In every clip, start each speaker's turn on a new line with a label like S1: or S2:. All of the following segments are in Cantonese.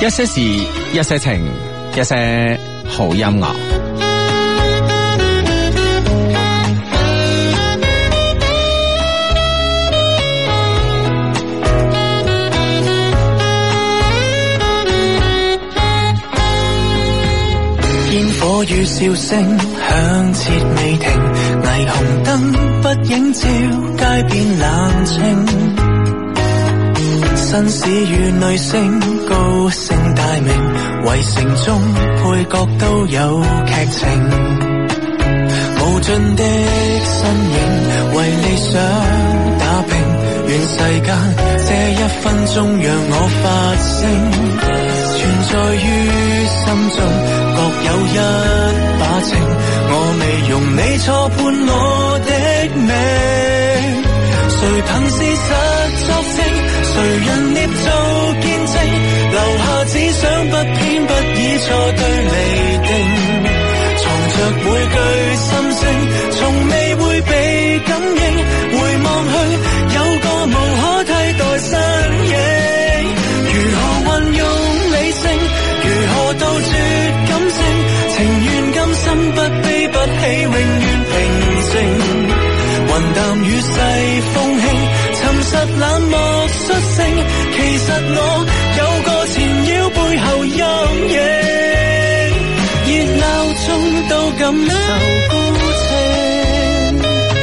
S1: 一些事，一些情，一些好音樂。
S2: 煙火與笑聲響徹未停，霓虹燈不映照街邊冷清。紳士與女星高聲大名，圍城中配角都有劇情。無盡的身影，為理想打拼，願世間這一分鐘讓我發聲。存在於心中，各有一把情。我未容你錯判我的命，誰憑事實作證？誰人捏造見證？留下只想不偏不倚錯對釐定，藏着每句心聲，從未會被感應。回望去，有個無可替代身影，如何運用？如何杜絕感性？情願甘心不悲不喜，永遠平靜。雲淡雨細風輕，沉實冷漠率性。其實我有個纏繞背後陰影，熱鬧中都感受孤寂。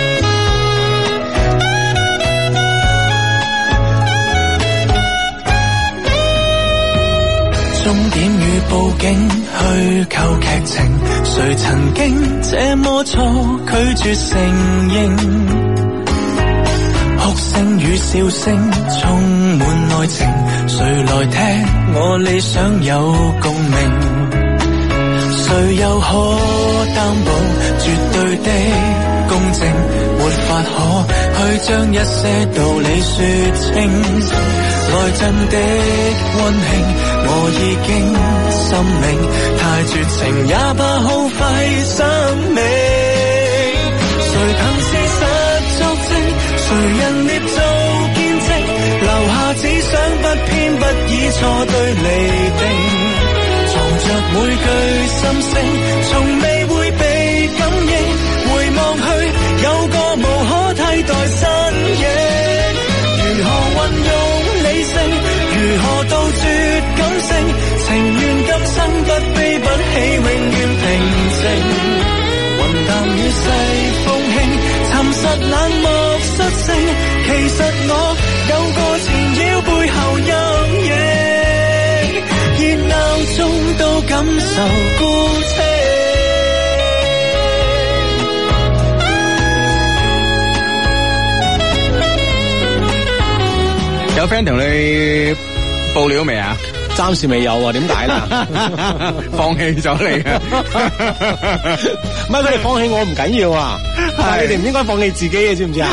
S2: 終點與佈景，虛構劇情。誰曾經這麼錯，拒絕承認？哭聲與笑聲充滿內情，誰來聽我理想有共鳴？誰又可擔保絕對的公正？沒法可去將一些道理說清。內陣的溫馨，我已經心領，太絕情也怕耗費生命。誰憑事實作證？誰人捏造見證？留下只想不偏不倚錯對釐定，藏着每句心聲，從未會被感應。回望去，有個無可替代身影，如何運用？如何杜絕感性？情願今生不悲不喜，永遠平靜。雲淡雨細風輕，沉實冷漠率性。其實我有個纏繞背後陰影，熱鬧中都感受孤清。
S1: 有 friend 同你報料未啊？
S3: 暫時未有啊，點解咧？
S1: 放棄咗你啊嘅，
S3: 唔係佢哋放棄我唔緊要啊，但係你哋唔應該放棄自己嘅，知唔知啊？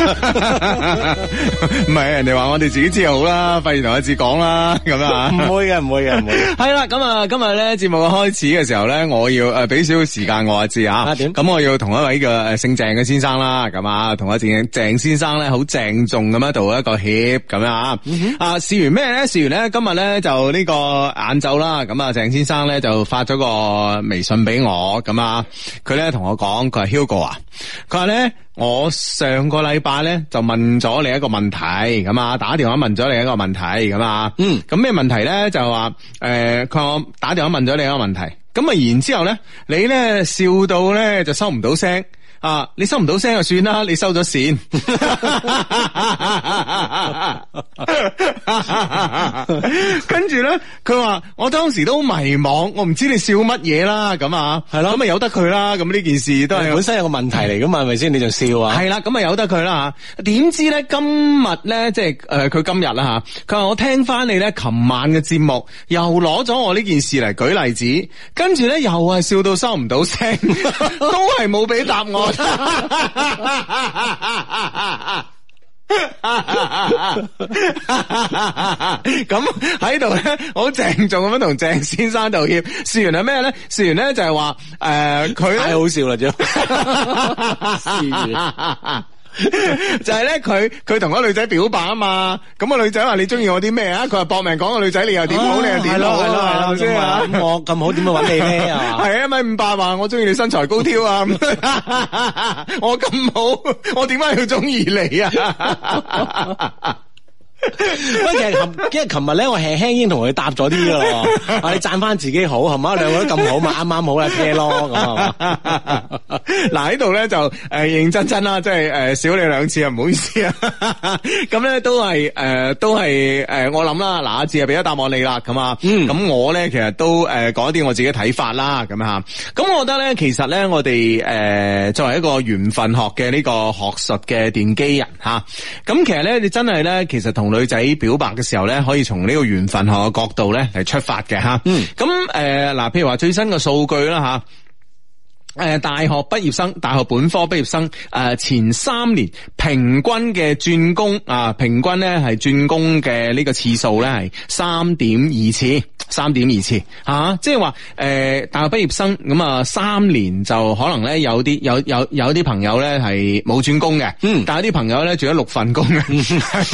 S1: 唔係人哋話我哋自己知好啦，費事同阿志講啦，咁啊，
S3: 唔會嘅，唔會嘅，唔會嘅。
S1: 係啦，咁啊，今日咧節目開始嘅時候咧，我要誒俾少少時間我阿志啊，
S3: 點
S1: 咁我要同一位嘅誒姓鄭嘅先生啦，咁啊，同阿鄭鄭先生咧好鄭重咁樣道一個歉咁樣啊，啊試完咩咧？試完咧今日咧就呢個晏晝啦，咁啊鄭先生咧就發咗個微信俾我，咁啊佢咧同我講，佢話 Hugo 啊，佢話咧。我上個禮拜咧就問咗你一個問題咁啊，打電話問咗你一個問題咁啊，嗯，咁咩問題咧就話誒，佢、話我打電話問咗你一個問題，咁啊然之後咧，你咧笑到咧就收唔到聲啊，你收唔到聲就算啦，你收咗線，跟住咧佢話我當時都迷茫，我唔知你笑乜嘢啦，咁啊，係咯，咁啊由得佢啦，咁呢件事都係
S3: 本身有個問題嚟噶嘛，係咪先？你仲笑啊？
S1: 係啦，咁啊由得佢啦吓。點知咧今日咧，即係誒佢今日啦吓，佢話我聽翻你咧琴晚嘅節目，又攞咗我呢件事嚟舉例子，跟住咧又係笑到收唔到聲，都係冇俾答案。咁喺度咧，我好鄭重咁樣同鄭先生道歉。事源係咩咧？事源
S3: 哎啊
S1: 咧就係話誒，佢、
S3: 太好笑啦，啫。
S1: 就係咧，佢佢同嗰個女仔表白啊嘛，咁個女仔話你中意我啲咩啊？佢話搏命講個女仔你又點好，你
S3: 哦
S1: 又點好啊嘛，係咪先啊？
S3: 咁我咁好點樣揾你 咧啊？
S1: 系啊，米五八話我中意你身材高挑啊， 咁我咁好，我點解要中意你啊？
S3: 喂，其實琴因為琴日咧，我輕輕已經同佢答咗啲噶啦， 啊，你讚翻自己好係嘛？兩個都咁好嘛，啱啱好啦，車咯咁啊係 嘛？
S1: 嗱喺度咧就誒、呃、認真真啦，即係誒少你兩次啊，唔好意思啊。 咁咧都係誒、呃都係誒、呃我諗啦，嗱阿志啊俾咗答案你啦，咁啊，咁、我咧其實都誒講一啲我自己睇法啦，咁嚇。咁我覺得咧，其實咧我哋誒、呃作為一個緣分學嘅呢個學術嘅奠基人嚇，咁、其實咧你真係咧，其實同女仔表白嘅時候咧，可以從呢個緣分學嘅角度咧嚟出發嘅嚇。咁誒嗱，譬如話最新嘅數據啦嚇。誒、呃大學畢業生、大學本科畢業生，誒、前三年平均嘅轉工啊，平均咧係轉工嘅呢個次數咧係三點二次，三點二次啊，即係話誒大學畢業生咁啊，三年就可能咧有啲有有有啲朋友咧係冇轉工嘅，嗯，但係有啲朋友咧做咗六份工嘅，係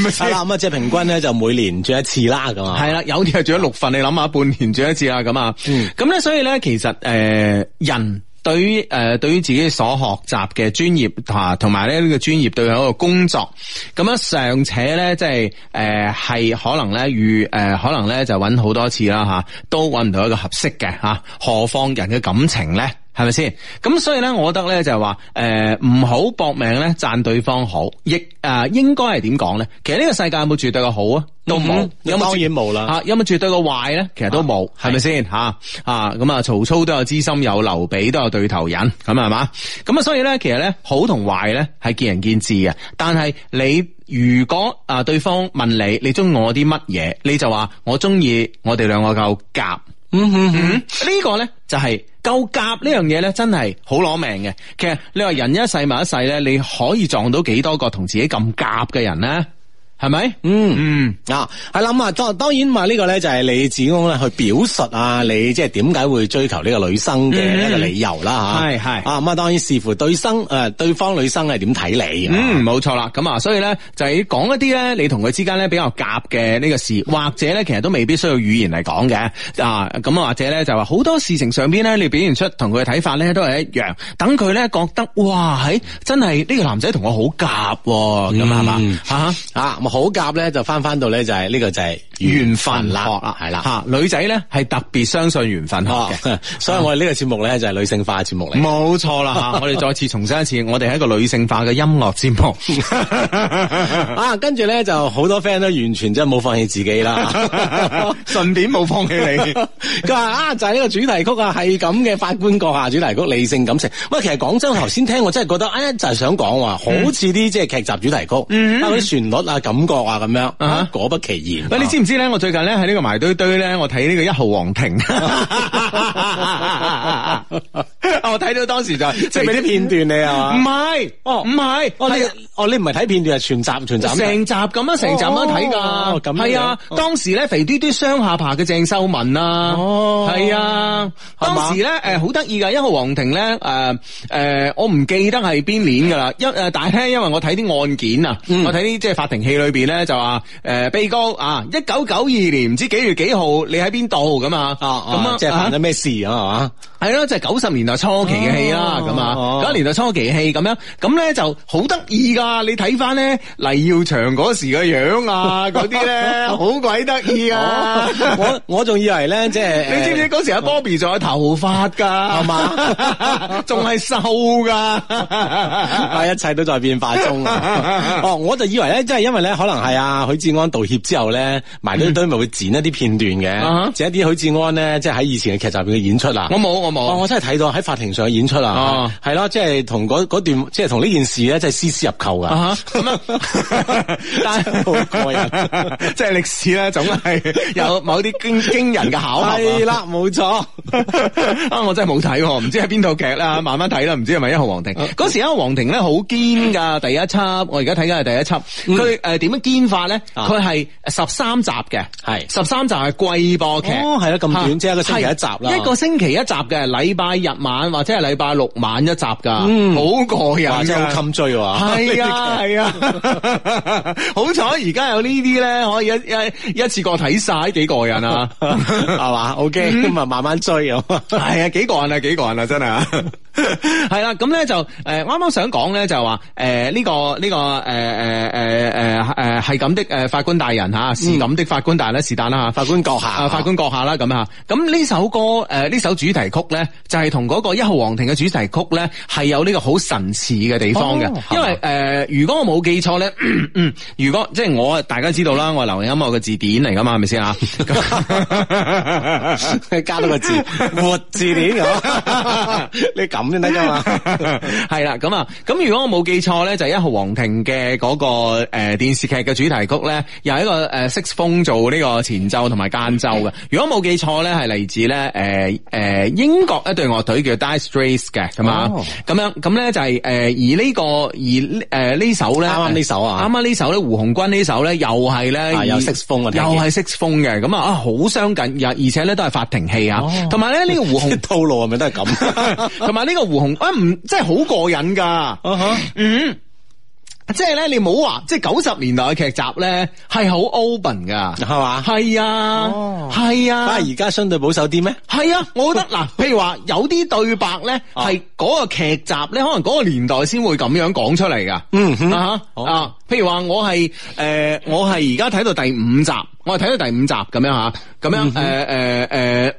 S1: 咪
S3: 係
S1: 先？
S3: 啦，咁啊，即係平均咧就每年轉一次啦，咁啊，
S1: 系啦，有啲係轉咗六份，你諗下，半年轉一次啦，咁啊，咁咧，所以咧，其實诶、呃人。對於誒、呃、對於自己所學習嘅專業啊，同埋咧呢個專業對佢一個工作，咁樣尚且咧即係誒係可能咧遇誒、呃可能咧就揾好多次啦嚇、都揾唔到一個合適嘅嚇、何況人嘅感情咧？係咪先？咁所以咧，我覺得咧就係話，誒、唔好搏命咧讚對方好，亦誒、呃、應該係點講咧？其實呢個世界有冇絕對嘅好啊？都冇，
S3: 嗯
S1: 有冇
S3: 當
S1: 絕
S3: 然冇啦
S1: 啊，有冇絕對嘅壞咧？其實都冇，係咪先吓啊？咁啊，曹操都有知心友，劉備都有對頭人，咁係嘛？咁啊，所以咧，其實咧，好同壞咧係見仁見智嘅。但係你如果啊對方問你，你中意我啲乜嘢，你就話我中意我哋兩個夠夾。
S3: 嗯哼哼。
S1: 嗯，呢個咧就係夠夾呢樣嘢咧，真係好攞命嘅。其實你話人一世物一世咧，你可以撞到幾多個同自己咁夾嘅人咧？係咪？
S3: 嗯
S1: 嗯。
S3: 啊，系啦，咁啊，當當然嘛，呢個咧就係你自己咧去表述啊，你即係點解會追求呢個女生嘅一個理由啦吓，
S1: 係係
S3: 啊，咁啊，當然視乎對生诶對方女生係點睇你，
S1: 嗯，冇錯啦，咁啊，所以咧就係講一啲咧，你同佢之間咧比較夾嘅呢個事，或者咧其實都未必需要語言嚟講嘅啊，咁啊或者咧就話好多事情上邊咧，你表現出同佢嘅睇法咧都係一樣，等佢咧覺得哇，喺真係呢個男仔同我好夾喎，咁係嘛
S3: 嗯
S1: 吓。
S3: 啊，咁好夾咧就翻翻到咧就係呢個就係
S1: 緣分學啦，
S3: 係啦，
S1: 吓女仔咧係特別相信緣分學
S3: 哦
S1: 嘅，
S3: 所以我哋呢個節目咧就係女性化節目嚟。
S1: 冇錯啦吓。我哋再次重申一次，我哋係一個女性化嘅音樂節目。
S3: 啊，跟住咧就好多 friend 都完全真係冇放棄自己啦。
S1: 順便冇放棄你。
S3: 佢話啊，就係、呢個主題曲啊，係咁嘅法官閣下主題曲，理性感性。喂，其實廣州頭先聽我真係覺得，哎，就係、想講話，好似啲即係劇集主題曲，啊嗰啲旋律啊、感覺啊咁樣，
S1: 哈
S3: 啊果不其然。啊
S1: 喂，你知唔知咧？我最近咧喺呢個埋堆堆咧，我睇呢個一號皇 庭， 我睇到當時就係即
S3: 即係俾啲片段你啊
S1: 唔
S3: 嘛？
S1: 係
S3: 哦
S1: 唔啊係，
S3: 哦，
S1: 係
S3: 你哦，你唔係睇片段，係全集全集。
S1: 成集咁啊，成集咁樣睇
S3: 哦
S1: 噶，
S3: 咁樣
S1: 係啊！
S3: 哦
S1: 當時咧肥嘟嘟雙下巴嘅鄭秀文啊，
S3: 哦
S1: 係啊！
S3: 係嘛
S1: 當時咧誒好得意噶，一號皇庭咧誒誒，我唔記得係邊年噶啦，因誒但係咧，因為我睇啲案件啊，
S3: 嗯
S1: 我睇啲即係法庭戲裏邊咧就話誒被告啊，一九九二年唔知幾月幾號你喺邊度咁啊，
S3: 啊
S1: 咁
S3: 啊，即係犯咗咩事啊？係嘛？
S1: 系咯，就係九十年代初期嘅戲啦，
S3: 哦
S1: 咁啊
S3: 哦，
S1: 九十年代初期戲咁樣，咁咧就好得意噶。你睇翻咧黎耀祥嗰時嘅樣啊，嗰啲咧好鬼得意啊！
S3: 哦我我仲以為咧，即係
S1: 你知唔知嗰時阿 Bobby 仲有頭髮噶，
S3: 係嘛？
S1: 仲係瘦噶，
S3: 啊！一切都在變化中 啊！哦，我就以為咧，即係因為咧，可能係啊許志安道歉之後咧，埋堆堆咪會剪一啲片段
S1: 啊哈
S3: 嘅，剪一啲許志安咧，即係喺以前嘅劇集入邊嘅演出啊
S1: 我。冇我
S3: 哦，
S1: 冇。
S3: 我真係睇到喺法庭上嘅演出
S1: 哦
S3: 啊，係咯，即係同嗰嗰段，即係同呢件事咧，真係絲絲入扣噶。
S1: 啊哈咁啊，但係
S3: 好過癮，
S1: 即係歷史咧，總係有某啲驚驚人嘅巧合啊
S3: 係啦，冇錯。
S1: 啊！我真係冇睇喎，唔知係邊套劇 啦，慢慢睇啦，唔知係咪一號皇庭？
S3: 哦
S1: 嗰時一號皇庭咧好堅㗎，第一輯我而家睇緊係第一輯，佢呃誒點樣堅法咧？
S3: 嗯啊
S1: 佢係十三集嘅，
S3: 係
S1: 十三集係季播劇，
S3: 哦係啦咁短
S1: 嚇
S3: 即係一個星期一集啦
S1: 係一個星期一集嘅，嘅，禮拜日晚或者係禮拜六晚一集噶，好過
S3: 哇，
S1: 癮
S3: 嗯真係好
S1: 㗎。
S3: 襟追喎。
S1: 係 啊係啊，好彩而家有呢啲咧，可以一一一次過睇晒，幾過癮 啊！
S3: 係嘛？OK，咁啊
S1: 嗯
S3: 慢慢追咁。
S1: 系啊，幾個人啊，幾個人啊，真係啊， 係啦，咁咧就诶，啱啱想講咧就話诶呢個呢個诶诶诶诶诶係咁的诶法官大人吓，是咁的法官大人咧是但啦吓，
S3: 法官閣下
S1: 啊法官閣下啦咁啊，咁呢首歌诶呢首主題曲咧就係同嗰個一號皇庭嘅主題曲咧係有呢個好神似嘅地方嘅
S3: 哦，
S1: 因為诶如果我冇記錯咧， 如果即係我大家知道啦，我係流行音樂嘅字典嚟噶嘛，係咪先 啊？咁
S3: 加多個字，活字典咁， 你咁先得 噶嘛？
S1: 系啦，咁啊，咁如果我冇記錯咧，就係一號皇庭嘅嗰、個个诶、呃、电视劇嘅主題曲咧，有一個诶 six 風做呢個前奏同埋間奏 嘅。如果冇記錯咧，係嚟自咧诶诶英國呃一隊樂隊叫 Dire Straits 嘅，咁啊
S3: 哦，
S1: 咁樣咁咧就係呃而呢、個而呃诶呢、首咧，
S3: 啱啱呢首啊
S1: 啱啱呢首咧，胡鴻鈞呢首咧，又係咧、
S3: 啊有
S1: 以
S3: sax 風啊聽
S1: 又
S3: 見
S1: 係 six 風嘅，咁啊啊好相近，而而且咧都係法庭戲
S3: 哦
S1: 啊，同埋咧呢、個胡鴻。
S3: 套路係咪都係咁？
S1: 同埋呢個胡紅啊，唔真係好過癮
S3: 啊
S1: 噶，嗯。即係咧，你冇話，即係九十年代嘅劇集咧，係好 open 噶，
S3: 係嘛
S1: 係啊
S3: 哦，
S1: 係啊
S3: 啊，，而家相對保守啲咩？
S1: 係啊，我覺得 嗱，譬如話有啲對白咧，
S3: 啊
S1: 係嗰個劇集咧，可能嗰個年代先會咁樣講出嚟噶。
S3: 嗯哼
S1: 啊哈啊，譬如話我係誒，我係而家睇到第五集，我係睇到第五集咁樣吓，咁樣
S3: 嗯
S1: 誒誒誒。呃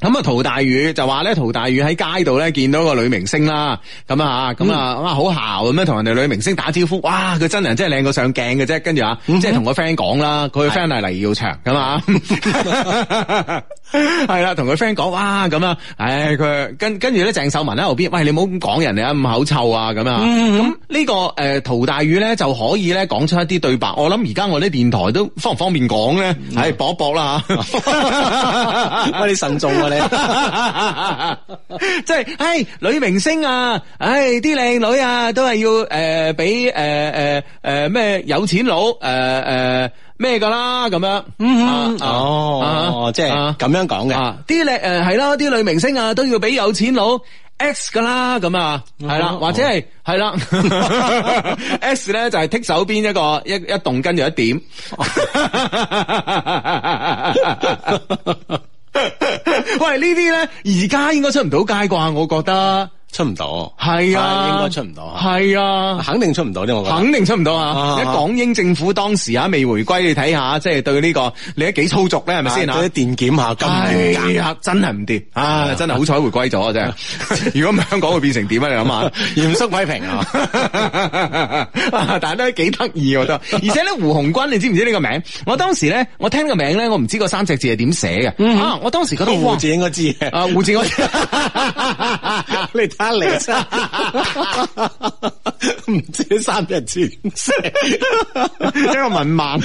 S1: 咁啊，陶大宇就話咧，陶大宇喺街度咧見到個女明星啦，咁啊，咁啊，哇，好姣咁樣同人哋女明星打招呼，哇，佢真人真係靚過上鏡嘅啫，跟住啊，即係同個 friend 講啦，佢個 friend 係黎耀祥噶嘛， 係啦，同佢 friend 講，哇，咁啊，唉，佢跟跟住咧，鄭秀文喺後邊，喂，你唔好咁講人哋啊，咁口臭啊，咁啊，咁呢個誒陶大宇咧就可以咧講出一啲對白，我諗而家我啲電台都方唔方便講咧，唉，搏一搏啦 嚇。
S3: 喂，你慎重啊你。
S1: 啊 即系，唉，女明星啊，唉，啲靓女啊，都系要诶，俾诶诶诶咩有钱佬诶诶咩噶啦，咁样，嗯
S3: 哦，即係咁樣講嘅。
S1: 啊，啲靚诶系啦，啲女明星啊都要俾有錢佬 X 噶啦，咁啊，係啦，
S3: 哦
S1: 或者係係啦 ，X 咧就係剔手邊一個一一棟跟住一點。 喂，呢啲咧而家應該出唔到街啩？我覺得
S3: 出唔到，
S1: 係啊，
S3: 應該出唔到啊，
S1: 係啊。
S3: 肯定出唔到啲，我覺得。
S1: 肯定出唔到啊！
S3: 啊
S1: 一港英政府當時啊未回歸，你睇下，即係對呢個你都幾粗俗咧，係咪先啊
S3: 啊嗰啲電檢下咁
S1: 哎呀，真係唔掂啊！真係好彩回歸咗啊！真係，如果唔係香港會變成點啊？你諗下。
S3: 嚴肅批評啊！
S1: 但係都幾得意，我覺得。而且咧，胡鴻鈞，你知唔知呢個名？我當時咧，我聽個名咧，我唔知個三隻字係點寫嘅。啊，我當時覺得
S3: 嗯胡
S1: 哇，
S3: 字應該知嘅。
S1: 啊胡字我
S3: 你睇下你啊真 唔知三日前
S1: 一個文盲，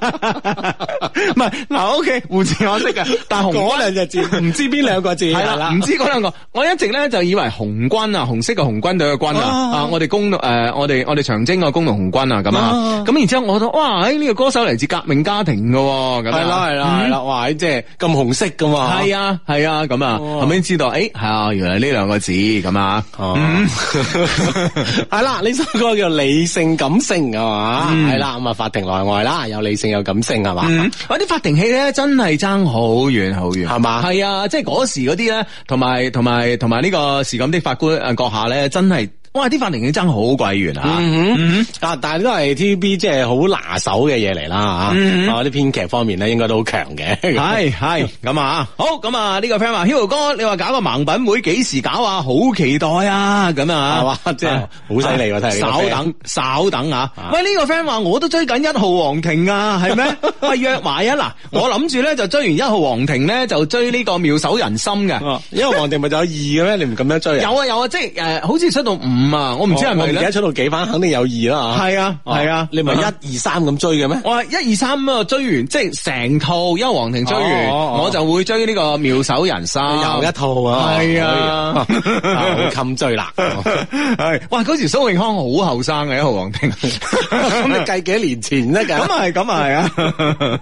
S1: 唔係嗱，OK，胡字我識嘅，但係
S3: 嗰
S1: 紅
S3: 兩隻字，唔知邊兩個字
S1: 係啦，哎唔知嗰兩個，我一直咧就以為紅軍啊，紅色嘅紅軍隊嘅軍啊，
S3: 啊
S1: 啊，我哋工誒、呃我哋我哋長征嘅工農紅軍啊，咁啊
S3: 啊，
S1: 咁然之後我覺得哇，誒、呢、個歌手嚟自革命家庭嘅喎，咁啊
S3: 係啦嗯係啦係啦，哇！即係咁紅色噶嘛，
S1: 係啊，係啊，咁啊，
S3: 哦
S1: 後尾知道，誒，係啊，原來呢兩個字咁啊，
S3: 哦，係啦，啊呢首歌叫理性感性啊嘛，係啦，咁啊法庭內外啦，有理性有感性係嘛，
S1: 嗯，喂，啲法庭戲咧真係爭好遠好遠，
S3: 係嘛
S1: 係啊，即係嗰時嗰啲咧，同埋同埋同埋呢個時咁的法官誒閣下咧，真係，哇！啲法庭戲爭好鬼遠啊，
S3: 嗯哼，啊，但係都係 TVB 即係好拿手嘅嘢嚟啦
S1: 嗯
S3: 啊，啊啲編劇方面咧應該都好強嘅，
S1: 系系咁啊，好咁啊，呢、個 friend 話 Hugo 哥，你話搞個盲品會幾時搞啊？好期待啊，咁啊，
S3: 係嘛即係好犀利喎睇嚟呢個
S1: 稍
S3: friend
S1: 等，稍等啊
S3: 啊！
S1: 喂，呢、個 friend 話我都追緊一號皇庭啊，係 咩？喂，約埋啊！嗱，我諗住咧就追完一號皇庭咧，就追呢個妙手仁心嘅。
S3: 啊因為皇帝咪就有二嘅咩？你唔咁樣追啊？
S1: 有啊有啊，即係诶、呃好似出到五啊，我唔知係
S3: 哦我
S1: 咪
S3: 唔記
S1: 咧
S3: 得。出到幾番，肯定有二啦嚇
S1: 係啊
S3: 哦
S1: 係啊
S3: 你咪一二三咁追嘅咩？
S1: 我係一二三咁啊，追完即係成套《幽皇庭》追完，
S3: 哦哦哦
S1: 我就會追呢個妙手仁心。
S3: 又一套啊，
S1: 係啊
S3: 可以 啊好 襟追啦。
S1: 系，哇！嗰時蘇永康好後生嘅喺浩皇庭，
S3: 咁你計幾多年前得㗎？
S1: 咁啊係，咁啊係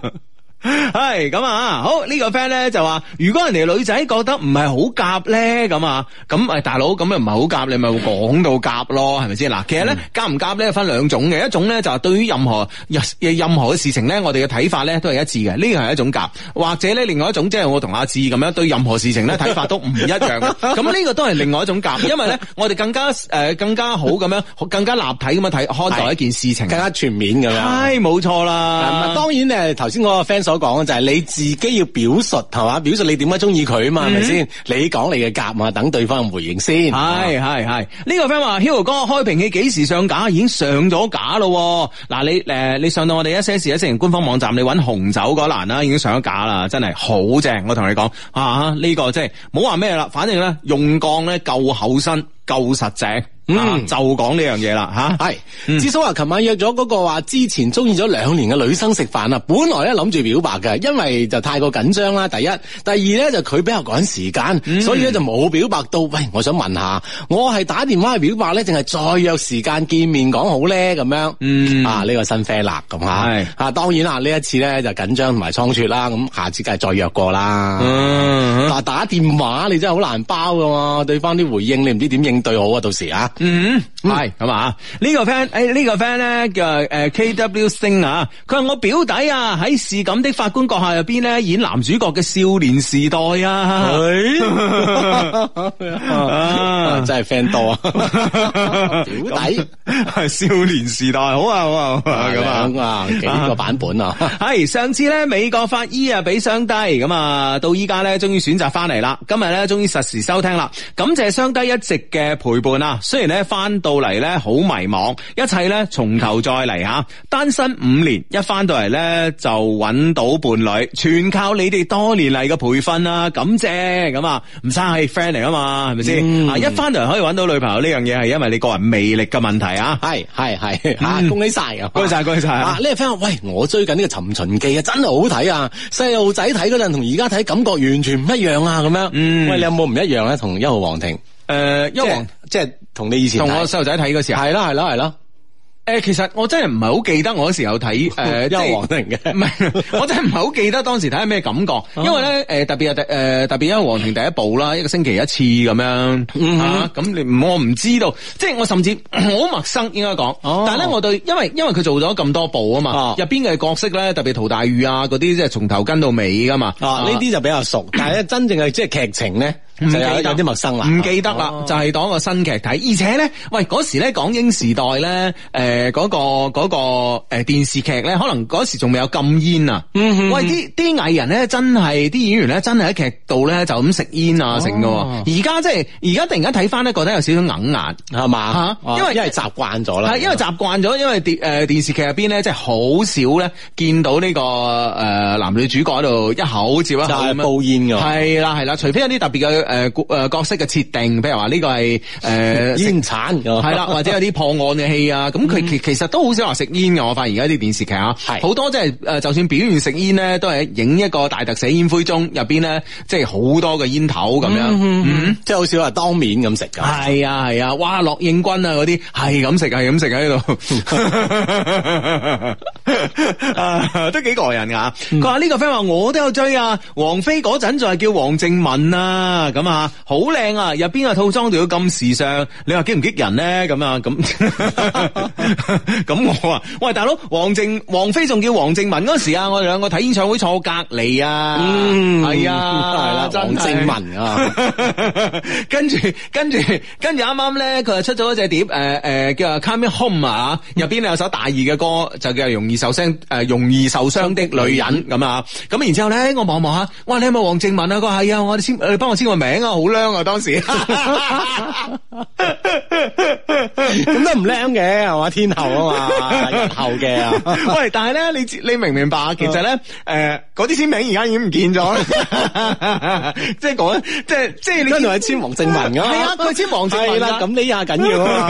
S1: 啊。系咁啊，好呢、個个 friend 咧就話，如果人哋女仔覺得唔係好夾咧，咁啊，咁诶大佬咁又唔係好夾，你咪會講到夾咯，係咪先？嗱，其實咧夾唔夾咧分兩種嘅，一種咧就係對於任何任任何嘅事情咧，我哋嘅睇法咧都係一致嘅，呢個係一種夾，或者咧另外一種即係我同阿志咁樣對任何事情咧睇法都唔一樣嘅，咁呢個都係另外一種夾，因為咧我哋更加诶、呃更加好咁樣，更加立體咁樣睇看待一件事情，
S3: 更加全面咁樣。
S1: 係冇錯啦
S3: 啊，當然誒，頭先嗰個 friend 所講嘅就係你自己要表述係嘛，表述你點解中意佢啊嘛，係咪先？你講你嘅夾嘛，等對方回應先。
S1: 系系系，呢、個 friend 話 Hugo 哥開瓶器幾時上架？已經上咗架咯喎。嗱，你诶、誒你上到我哋一些事一些情官方網站，你揾紅酒嗰欄啦，已經上咗架啦，真係好正。我同你講啊，呢、個真係冇話咩啦，反正咧用鋼咧夠厚身，夠實淨。
S3: 嗯
S1: 啊就講呢樣嘢啦吓。嗯
S3: 系，志嫂話琴晚約咗嗰個話之前中意咗兩年嘅女生食飯啊，本來咧諗住表白嘅，因為就太過緊張啦。第一，第二咧就佢比較趕時間，
S1: 嗯
S3: 所以咧就冇表白到。喂，我想問下，我係打電話去表白咧，定係再約時間見面講好咧？咁樣，
S1: 嗯
S3: 啊呢個新 friend 啦，咁
S1: 係
S3: 吓，啊當然啦，呢一次咧就緊張同埋倉促啦，咁下次梗係再約過啦。
S1: 嗯
S3: 但係打電話你真係好難包噶嘛，對方啲回應你唔知點應對好啊，到時啊。
S1: 嗯，系咁啊！呢個 friend，诶呢個 friend 咧叫诶 K W 星啊，佢話我表弟啊喺《是咁的法官閣下》入邊咧演男主角嘅少年時代啊，哎
S3: 啊真系 friend 多啊，表弟
S1: 係少年時代，好啊好啊好啊咁啊！
S3: 啊，几个版本啊，
S1: 系上次咧，美國法醫啊俾雙低咁啊，到依家咧終於選擇翻嚟啦。今日咧終於實時收聽啦，感謝雙低一直嘅陪伴啊。雖然咧翻到嚟咧好迷茫，一切咧從頭再嚟吓。單身五年，一翻到嚟咧就揾到伴侶，全靠你哋多年嚟嘅培訓啦，感謝咁啊，唔生係 friend 嚟啊嘛，係咪先？啊，一翻到嚟可以揾到女朋友呢樣嘢係因為你個人魅力嘅問題啊。
S3: 系系系吓，恭喜晒啊！
S1: 恭喜晒恭喜晒
S3: 啊！呢個 friend 話喂，我追緊呢個《尋秦記》啊，真係好睇啊！細路仔睇嗰陣同而家睇感覺完全唔一樣啊！咁樣，
S1: 嗯
S3: 喂，你有冇唔一樣咧？同一號皇庭，
S1: 誒、
S3: 一
S1: 因為
S3: 即係同你以前
S1: 同
S3: 睇
S1: 我細路仔睇嗰時候。
S3: 係啦係啦係啦，
S1: 诶、其實我真係唔係好記得我嗰時有 睇诶，
S3: 一
S1: 即
S3: 號
S1: 係
S3: 皇庭嘅
S1: 唔係， 我真係唔係好記得當時睇係咩感
S3: 啊
S1: 覺，因為咧诶、誒特別係第诶特別因為皇庭第一部啦，一個星期一次咁樣
S3: 嗯
S1: 啊咁你唔我唔知道，即係我甚至 我好陌生應該講，
S3: 哦
S1: 但係咧我對因為因為佢做咗咁多部啊嘛
S3: 哦，
S1: 入邊嘅角色咧特別陶大宇啊嗰啲即係從頭跟到尾噶嘛，
S3: 啊呢啲就比較熟，但係咧真正嘅即係劇情咧就有
S1: 嗯記得
S3: 有啲陌生啦，哦
S1: 唔記得啦，就係當一個新劇睇，而且咧，喂嗰時咧港英時代咧，诶、嗰、個嗰、個诶、誒電視劇咧，可能嗰時仲未有禁煙啊，
S3: 嗯
S1: 喂啲啲藝人咧真係啲演員咧真係喺劇度咧就咁食煙啊成噶，
S3: 哦
S1: 而家即係而家突然間睇翻咧覺得有少少硬眼。
S3: 係嘛？哦
S1: 嚇因為
S3: 因為習慣咗啦，
S1: 係因為習慣咗，因為呃電誒電視劇入邊咧，即係好少咧見到呢、個誒、呃男女主角喺度一口接一口
S3: 就
S1: 咁
S3: 係
S1: 樣
S3: 煲煙㗎嘛
S1: 係啦係啦，除非有啲特別嘅誒故誒角色嘅設定，譬如話呢個係誒食
S3: 煙產㗎嗯
S1: 係啦，或 者有啲破案嘅戲啊，咁佢其其實都好少話食煙嘅。我發現而家啲電視劇啊，
S3: 係
S1: 好多即係誒，就算表現食煙咧，都係影一個大特寫煙灰盅入邊咧，即係好多嘅煙頭咁樣。嗯
S3: 即係好少話當面咁食㗎。
S1: 系啊系啊，哇！樂應軍啊嗰啲係咁食係咁食喺度， 嗯啊都幾過癮噶。佢話呢個 friend 話我都有追啊，王菲嗰陣就係叫王靖雯啊，咁啊好靚啊，入邊嘅套裝仲要咁時尚，你話激唔激人咧？咁啊咁 咁我啊，喂大佬，王靖王菲仲叫王靖雯嗰時啊，我哋兩個睇演唱會坐隔離啊，係啊，
S3: 嗯 係啦，
S1: 真
S3: 王
S1: 係
S3: 正文啊，
S1: 跟住跟住跟住啱啱咧，佢就出咗一隻碟，誒、誒、叫做《Come Home》啊，入邊有首大二嘅歌，就叫《容易受傷》誒、容易受傷的女人》咁啊。咁然之後咧，我望望下，哇！你係咪黃靜文啊？佢話係啊，我哋簽，你幫我簽個名啊，好靚啊，當時。
S3: 咁都唔靚嘅，係嘛？天后啊嘛， 日後嘅啊。
S1: 喂，但係咧，你知你明唔明白啊？其實咧，誒嗰啲簽名而家已經唔見咗， 即係講，即係即係你
S3: 跟住係簽王正文㗎嘛
S1: 係啊，佢簽黃靜文
S3: 係啦，咁呢下緊要啊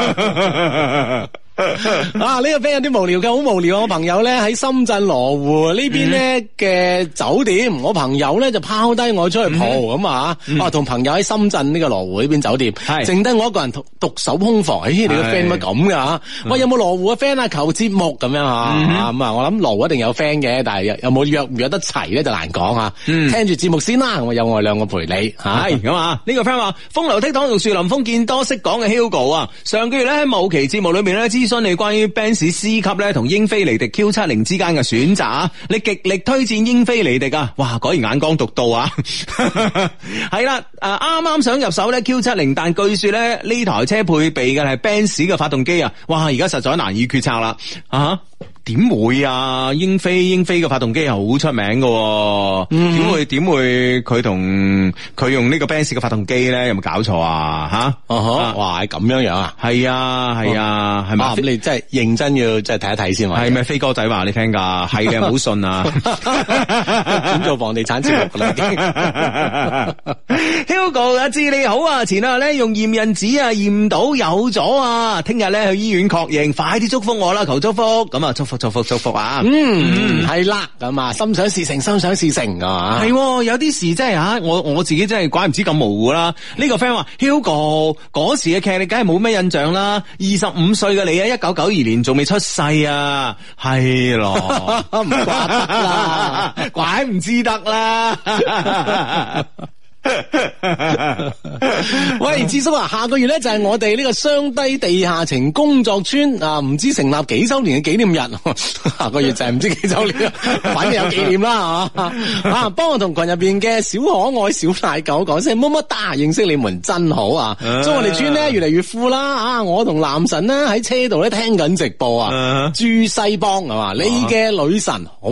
S3: 嘛。啊，呢、個 friend 有啲無聊嘅，好無聊啊！我朋友咧喺深圳羅湖呢邊咧嘅酒店，我朋友咧就拋低我出去蒲咁啊，啊同朋友喺深圳呢個羅湖呢邊酒店，
S1: 係
S3: 剩低我一個人獨獨守空房。咦，你個
S1: 係
S3: friend 乜咁噶吓？喂，有冇羅湖嘅 friend 啊？求節目咁樣吓，啊咁啊，我諗羅湖一定有 friend 嘅，但係有有冇約唔約得齊咧就難講吓。
S1: 嗯
S3: 聽住節目先啦，我有我哋兩個陪你 吓。
S1: 系咁啊！呢、個 friend 話：風流倜傥玉樹臨風，見多識講嘅 Hugo 啊，上個月咧喺某期節目裏面咧諮詢你關於 Benz C 級咧同英菲尼迪 Q 七零之間嘅選擇啊，你極力推薦英菲尼迪啊！ 哇，果然眼光獨到啊！ 係啦，啊啱啱想入手咧 Q 七零，但據說咧呢台車配備嘅係 Benz 嘅發動機啊！哇，而家實在難以決策啦啊！點會啊？英菲英菲嘅發動機係好出名嘅喎，點、會點會佢同佢用呢個 Benz 嘅發動機咧？有冇搞錯啊？吓、
S3: 哦呵，哇，咁樣樣啊！
S1: 係啊係啊，係咪、
S3: 啊，咁你真係認真要真係睇一睇先嘛。
S1: 係咪 飛哥仔話你聽㗎？係 嘅，唔好信啊！
S3: 咁做房地產節目㗎啦已 經。
S1: Hugo 阿志你好啊，前兩日咧用驗孕紙啊驗到有咗啊，聽日咧去醫院確認，快啲祝福我啦，求祝福咁啊，祝福祝福祝福啊！
S3: 嗯，係啦，咁啊，心想事成，心想事成啊嘛
S1: 系、。喎，有啲事真係吓，我我自己真係怪唔知咁模糊啦。呢、個 friend 話 Hugo 嗰時嘅劇你梗係冇咩印象啦。二十五歲嘅你啊，一九九二年仲未出世啊，係咯，
S3: 唔怪得啦，
S1: 怪唔知得 啦。
S3: 喂，智叔啊，下個月咧就係我哋呢個雙低地下情工作村啊，唔知成立幾周年嘅紀念日， 下個月就係唔知幾周 年，反正有紀念啦啊！啊，幫我同群入邊嘅小可愛小奶狗講聲麼麼噠，認識你們真好啊！祝我哋村咧越嚟越富啦啊！我同男神咧喺車度咧聽緊直播啊
S1: 啊，
S3: 朱西幫係嘛，你嘅女神好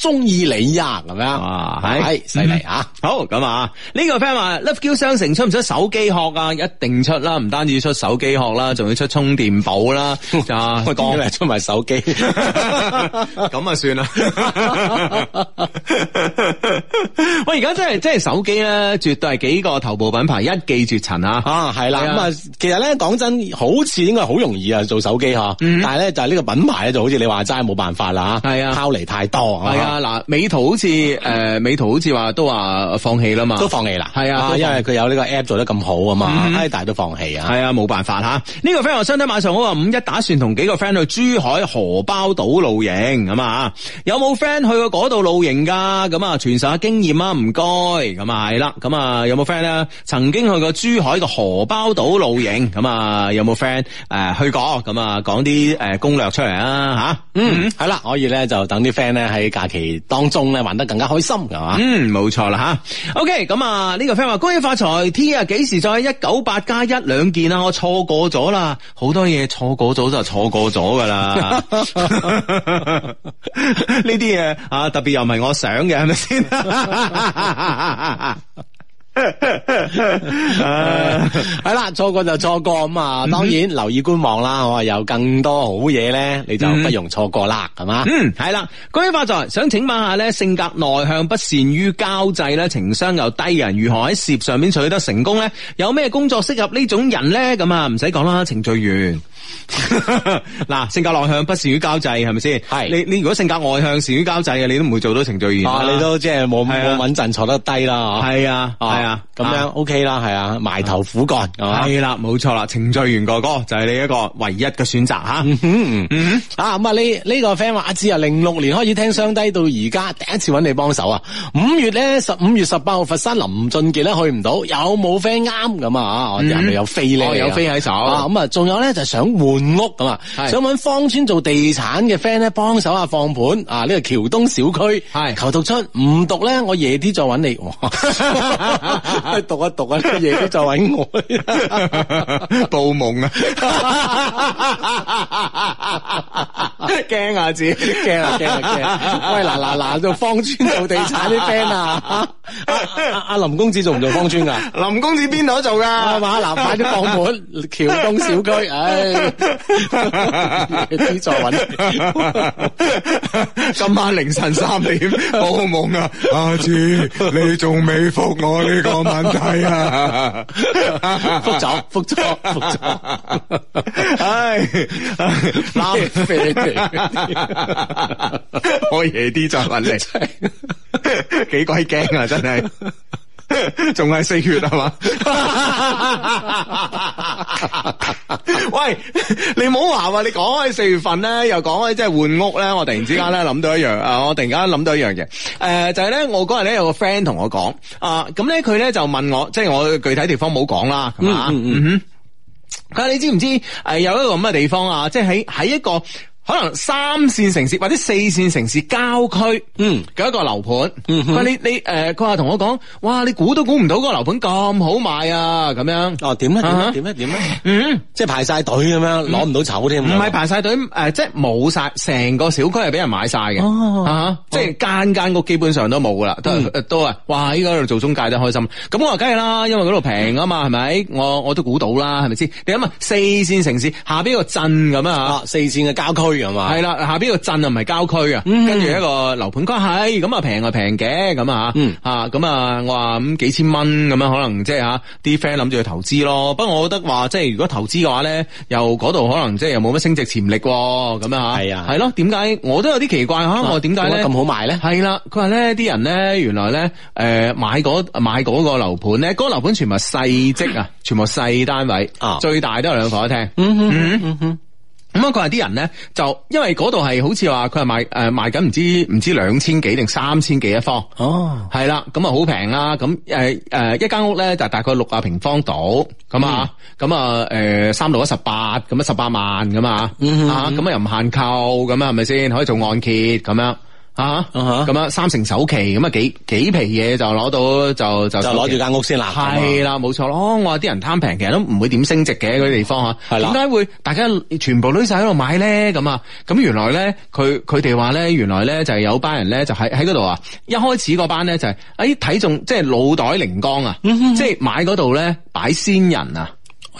S3: 中意你呀，咁樣
S1: 哇係
S3: 係犀利啊！
S1: 好咁啊！呢、個 friend 話 Love Q 商城出唔出手機殼啊？一定出啦，唔單止出手機殼啦，仲要出充電寶啦， 啊，
S3: 我當
S1: 鋼
S3: 然係出埋手機。
S1: 咁啊算啦。 喂，而家真係真係手機咧，絕對係幾個頭部品牌一騎絕塵啊！
S3: 啊，係啦，
S1: 係啊
S3: 咁啊，其實咧講真，好似應該好容易啊做手機吓，但係咧就係呢個品牌咧就好似你話齋冇辦法啦吓，
S1: 嗯係啊
S3: 拋離太多
S1: 係啊，嗱，美圖好似誒美圖好似話都話放棄啦嘛，
S3: 都放棄啦，
S1: 係啊都放嗯
S3: 因為佢有呢個 app 做得咁好啊嘛，唉，但係都放棄啊，
S1: 系啊，冇辦法吓。呢、個 friend 話相睇晚上好啊，五一打算同幾個 friend 去珠海荷包島露營咁啊，有冇 friend 去過嗰度露營㗎？咁啊，傳授下經驗啊，唔該。咁啊係啦，咁啊有冇 friend 咧曾經去過珠海嘅荷包島露營？咁啊有冇 friend 诶去過？咁啊講啲诶攻略出嚟啊吓。
S3: 嗯，係啦，可以咧就等啲 friend 咧喺假期當中咧玩得更加開心㗎嘛。
S1: 嗯，冇錯啦吓。OK，咁啊呢個 friend 話恭喜發財，T 啊幾時再一九八加一兩件啊？我錯過咗啦，好多嘢錯過咗就錯過咗噶啦。呢啲嘢啊，特別又唔係我想嘅，係咪先？ 嗯唉
S3: 係啦，錯過就錯過咁
S1: 嗯
S3: 啊！當然留意觀望啦，我話有更多好嘢咧，你就不容錯過啦，係嘛？
S1: 嗯，系啦，恭喜發財！想請問下咧，性格內向、不善於交際咧，情商又低嘅人，如何喺事業上面取得成功咧？有咩工作適合呢種人咧？咁啊，唔使講啦，程序員。 嗱，性格內向、不善於交際，係咪先？
S3: 係
S1: 你你如果性格外向、善於交際嘅，你都唔會做到程序員啦
S3: 啊，你都即係冇
S1: 係
S3: 冇
S1: 啊
S3: 穩陣坐得低啦，嚇
S1: 係啊，係啊，
S3: 咁樣 OK 啦，係啊，埋頭苦幹，係嘛？
S1: 係啦，冇錯啦，程序員哥哥就係你一個唯一嘅選擇吓。
S3: 嗯嗯啊咁啊呢呢個 friend 話阿志啊，零六年開始聽雙低到而家，第一次揾你幫手啊！五月咧十五月十八號佛山林俊傑咧去唔到，有冇 friend 啱咁啊？我哋係咪有飛咧？
S1: 哦有飛喺手
S3: 啊！咁啊，仲有咧就係想換屋咁啊，
S1: 係
S3: 想揾芳村做地產嘅 friend 咧幫手啊放盤啊！呢個橋東小區
S1: 係
S3: 求讀出唔讀咧，我夜啲再揾 你。哇讀一讀啊，夜啲再揾我。
S1: 報夢 啊！驚啊自己
S3: 惊啦惊啦惊！啊喂嗱嗱嗱，做芳村做地產啲 friend 啊，阿阿阿林公子做唔 做芳村噶？
S1: 林公子邊度做
S3: 係
S1: 噶？
S3: 嘛嗱，快啲放盤橋東小區，唉， 啲作揾。
S1: 今晚凌晨三點，好夢啊！阿 志，你仲未覆我呢個問題啊？
S3: 复咗，复咗，复 咗，
S1: 唉，
S3: 攬啡嚟，
S1: 我 夜啲再揾你，幾鬼驚啊！真係，仲係四月係嘛？ 喂，你唔好話喎，你講開四月份咧，又講開即係換屋咧，我突然之間咧諗到一樣，啊，我突然間諗到一樣嘢，誒、就係、呢，咧，我嗰日咧有個 friend 同我講，啊，咁咧佢咧就問我，即係我具體地方冇講啦，係嘛？
S3: 嗯嗯
S1: 嗯哼佢啊話你知唔知誒、有一個咁嘅地方啊，即係喺喺一個可能三線城市或者四線城市郊區，
S3: 嗯，
S1: 嘅一個樓盤。
S3: 嗯
S1: 佢
S3: 哼
S1: 話你你誒，佢話同我講，哇，你估都估唔到個樓盤咁好賣啊，咁樣。
S3: 哦，點咧？點
S1: 啊哈
S3: 咧？點咧？點咧？
S1: 嗯，
S3: 即係排晒隊咁樣，嗯攞唔到籌添。
S1: 唔係排晒隊，誒、即係冇晒，成個小區係俾人買晒嘅，
S3: 哦嗯
S1: 啊即係間間屋基本上都冇噶啦，都係、呃都係，哇！依家喺度做中介都開心，咁我話梗係啦，因為嗰度平啊嘛，係咪？我我都估到啦，係咪先？你諗下，四線城市下邊一個鎮咁啊
S3: 啊，四線嘅郊區係嘛？嗯
S1: 系啦，下邊個鎮啊，唔係郊區啊，跟住一個樓盤區係咁啊，平啊平嘅咁啊
S3: 嗯
S1: 吓，咁啊我話咁幾千蚊咁樣，可能即係吓啲 friend 諗住去投資咯。不過我覺得話即係如果投資嘅話咧，又嗰度可能即係又冇乜升值潛力喎，咁樣吓。
S3: 係啊啊
S1: 係咯，點解我都有啲奇怪吓？我點解咧
S3: 咁好賣咧？
S1: 係啦，佢話咧啲人咧，原來咧，诶、買嗰买嗰個樓盤咧，嗰、個樓盤全部係細積 啊，全部細單位，
S3: 啊
S1: 最大都有兩房一廳。嗯哼，嗯哼。咁啊，佢話啲人咧就因為嗰度係好似話佢係賣诶賣緊唔知唔知兩千幾定三千幾一方。
S3: 哦，
S1: 係啦，咁啊好平啦，咁诶诶一間屋咧就大概六啊平方度，咁
S3: 嗯
S1: 啊，咁啊诶三六一十八，咁啊十八萬咁啊，
S3: 嗯
S1: 啊咁啊又唔限購，咁啊係咪先可以做按揭咁樣啊？
S3: 啊哈
S1: 咁啊三成首期，咁啊幾幾皮嘢就攞到就就
S3: 就攞住間屋
S1: 啊
S3: 先啦。
S1: 系啦，冇錯咯。哦我話啲人貪平，其實都唔會點升值嘅嗰啲地方吓。
S3: 係啦
S1: 點解會大家全部女仔喺度買咧？咁啊，咁原來咧，佢佢哋話咧，原來咧就係有班人咧就喺喺嗰度啊。一開始嗰班咧就係诶睇中，即係腦袋靈光啊，即係買嗰度咧擺仙人啊。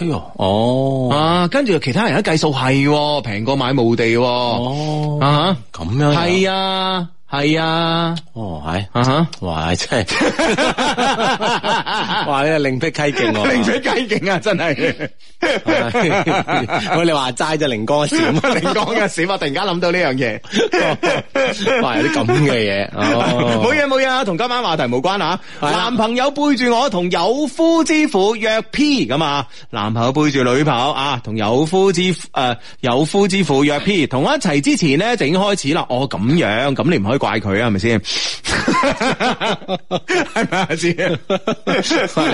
S3: 哎呦，哦，
S1: 啊，跟住其他人一計數係喎平過買墓地喎。
S3: 哦，
S1: 啊
S3: 咁樣
S1: 哈，係
S3: 樣
S1: 啊，係啊，
S3: 哦，係。
S1: 啊哈。
S3: 哇！真系， 哇！呢個另辟蹊徑喎，
S1: 另辟蹊徑啊！真係，
S3: 喂，你話齋就靈光一 閃，
S1: 靈光嘅事，我突然間諗到呢樣嘢。
S3: 哇！有啲咁嘅嘢，哦
S1: 冇嘢冇嘢啊，同今晚話題無關啊。
S3: 係啦
S1: 男朋友背住我同有夫之婦約 P 咁啊，男朋友背住女朋友啊，同有夫之誒、呃有夫之婦約 P，同我一齊之前咧就已經開始啦。哦咁樣，咁你唔可以怪佢啊，係咪先？係咪先？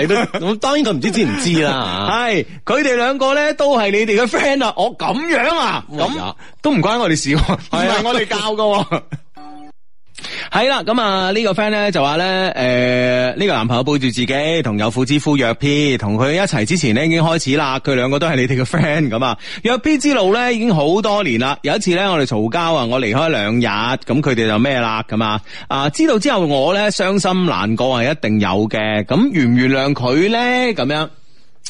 S3: 你都咁，當然佢唔知知唔知啦
S1: 系，佢哋兩個咧都係你哋嘅 friend 啊！我咁樣啊，
S3: 哎
S1: 咁
S3: 呀
S1: 都唔關我哋事喎，唔
S3: 啊
S1: 係我哋教噶。係啦，咁啊呢個 friend 咧就話咧，诶、呢、個男朋友背住自己同有婦之夫約 P，同佢一齊之前咧已經開始啦，佢兩個都係你哋嘅 friend 咁啊。約 P 之路咧已經好多年啦，有一次咧我哋嘈交啊，我離開兩日，咁佢哋就咩啦咁啊，啊知道之後我咧傷心難過係一定有嘅，咁原唔原諒佢咧咁樣？
S3: 吓。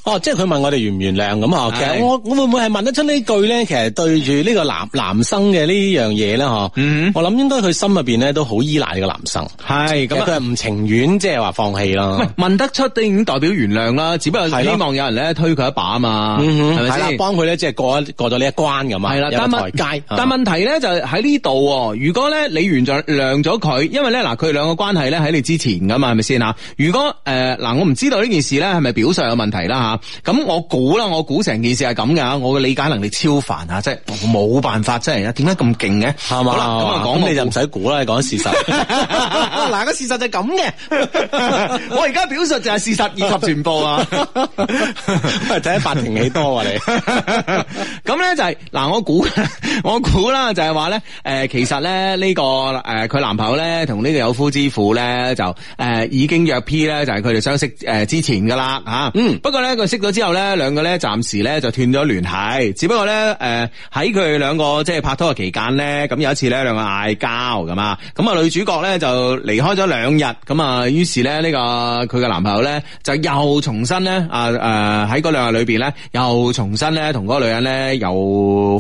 S3: 哦，即係佢問我哋原唔原諒咁啊？其
S1: 係
S3: 實我我會唔會係問得出呢句咧？其實對住呢個男男生嘅呢樣嘢咧，嗬，
S1: 嗯
S3: 我諗應該佢心入边咧都好依賴呢個男生，
S1: 系
S3: 咁
S1: 咁
S3: 佢
S1: 啊。
S3: 係唔情願即係話放棄
S1: 唔係
S3: 啦。
S1: 問得出都已經代表原諒啦，只不過
S3: 係
S1: 希
S3: 咯
S1: 望有人咧推佢一把啊嘛，
S3: 嗯
S1: 係
S3: 哼
S1: 咪
S3: 係啦
S1: 先？
S3: 幫佢咧即係過一過咗呢一關咁啊，
S1: 係啦，
S3: 有
S1: 但
S3: 個台
S1: 問
S3: 階。啊
S1: 但問題咧就喺呢度喎。如果咧你原諒諒咗佢，因為咧嗱佢哋兩個關係咧喺你之前噶嘛，係咪先啊？如果誒嗱、我唔知道呢件事咧係咪表上有問題啦吓，咁、我估啦，我估成件事係咁嘅，我嘅理解能力超凡啊，即係我冇辦法，真係點解咁勁嘅？
S3: 係嘛？
S1: 好啦，咁啊講
S3: 哦咁
S1: 我
S3: 你就
S1: 估
S3: 唔使估啦，你講事 實。
S1: 嗱，個事實就係咁嘅。 我而家表述就係事實以及全部啊。
S3: 睇下法庭幾多啊你？
S1: 咁咧就係、嗱，我估 我估啦，就係話咧，誒、其實咧呢、個誒佢、男朋友咧同呢個有夫之婦咧就誒、已經約 P 咧，就係佢哋相識誒、之前噶啦嚇。
S3: 嗯
S1: 不過咧咧佢識咗之後咧，兩個咧暫時咧就斷咗聯繫。只不過咧誒喺佢哋兩個即係拍拖嘅期間咧，咁有一次咧兩個嗌交咁啊，咁啊女主角咧就離開咗兩日，咁啊於是咧呢、個佢嘅男朋友咧就又重新咧啊誒喺嗰兩日裏邊咧又重新咧同嗰個女人咧又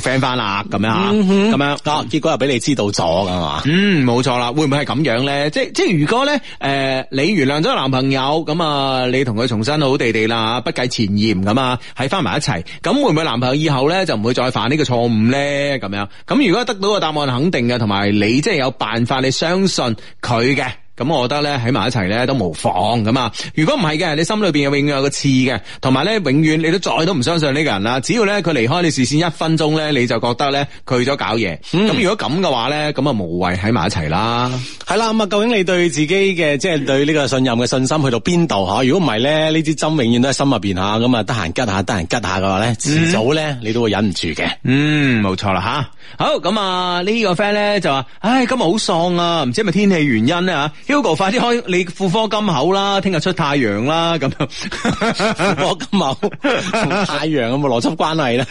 S1: friend 翻啦咁樣啊，咁樣
S3: 啊，結果又俾你知道咗噶嘛？
S1: 嗯，冇錯啦，會唔會係咁樣咧？即即如果咧，诶、你原諒咗男朋友，咁啊，你同佢重新好地地啦，不計前嫌咁啊，喺翻埋一齊，咁會唔會男朋友以後咧就唔會再犯呢個錯誤咧？咁樣，咁如果得到個答案肯定嘅，同埋你即係有辦法，你相信佢嘅。咁我覺得咧喺埋一齊咧都無妨咁啊！如果唔係嘅，你心裏邊永遠有個刺嘅，同埋咧永遠你都再都唔相信呢個人啦。只要咧佢離開你視線一分鐘咧，你就覺得咧佢咗搞嘢。咁、如果咁嘅話咧，咁啊無謂喺埋一齊啦。
S3: 係啦，咁啊，究竟你對自己嘅即係對呢個信任嘅信心去到邊度吓？如果唔係咧，呢支針永遠都喺心入邊吓，咁啊，得閒吉下，得閒吉下嘅話咧，遲早咧你都會忍唔住 嘅。
S1: 嗯，冇錯啦吓。好咁啊，呢、個 friend 咧就話：，唉，今日好喪啊，唔知係咪天氣原因咧吓。Hugo 快啲開你婦科金口啦，聽日出太陽啦，咁 樣。
S3: 我金某同啊太陽有冇邏輯關係咧？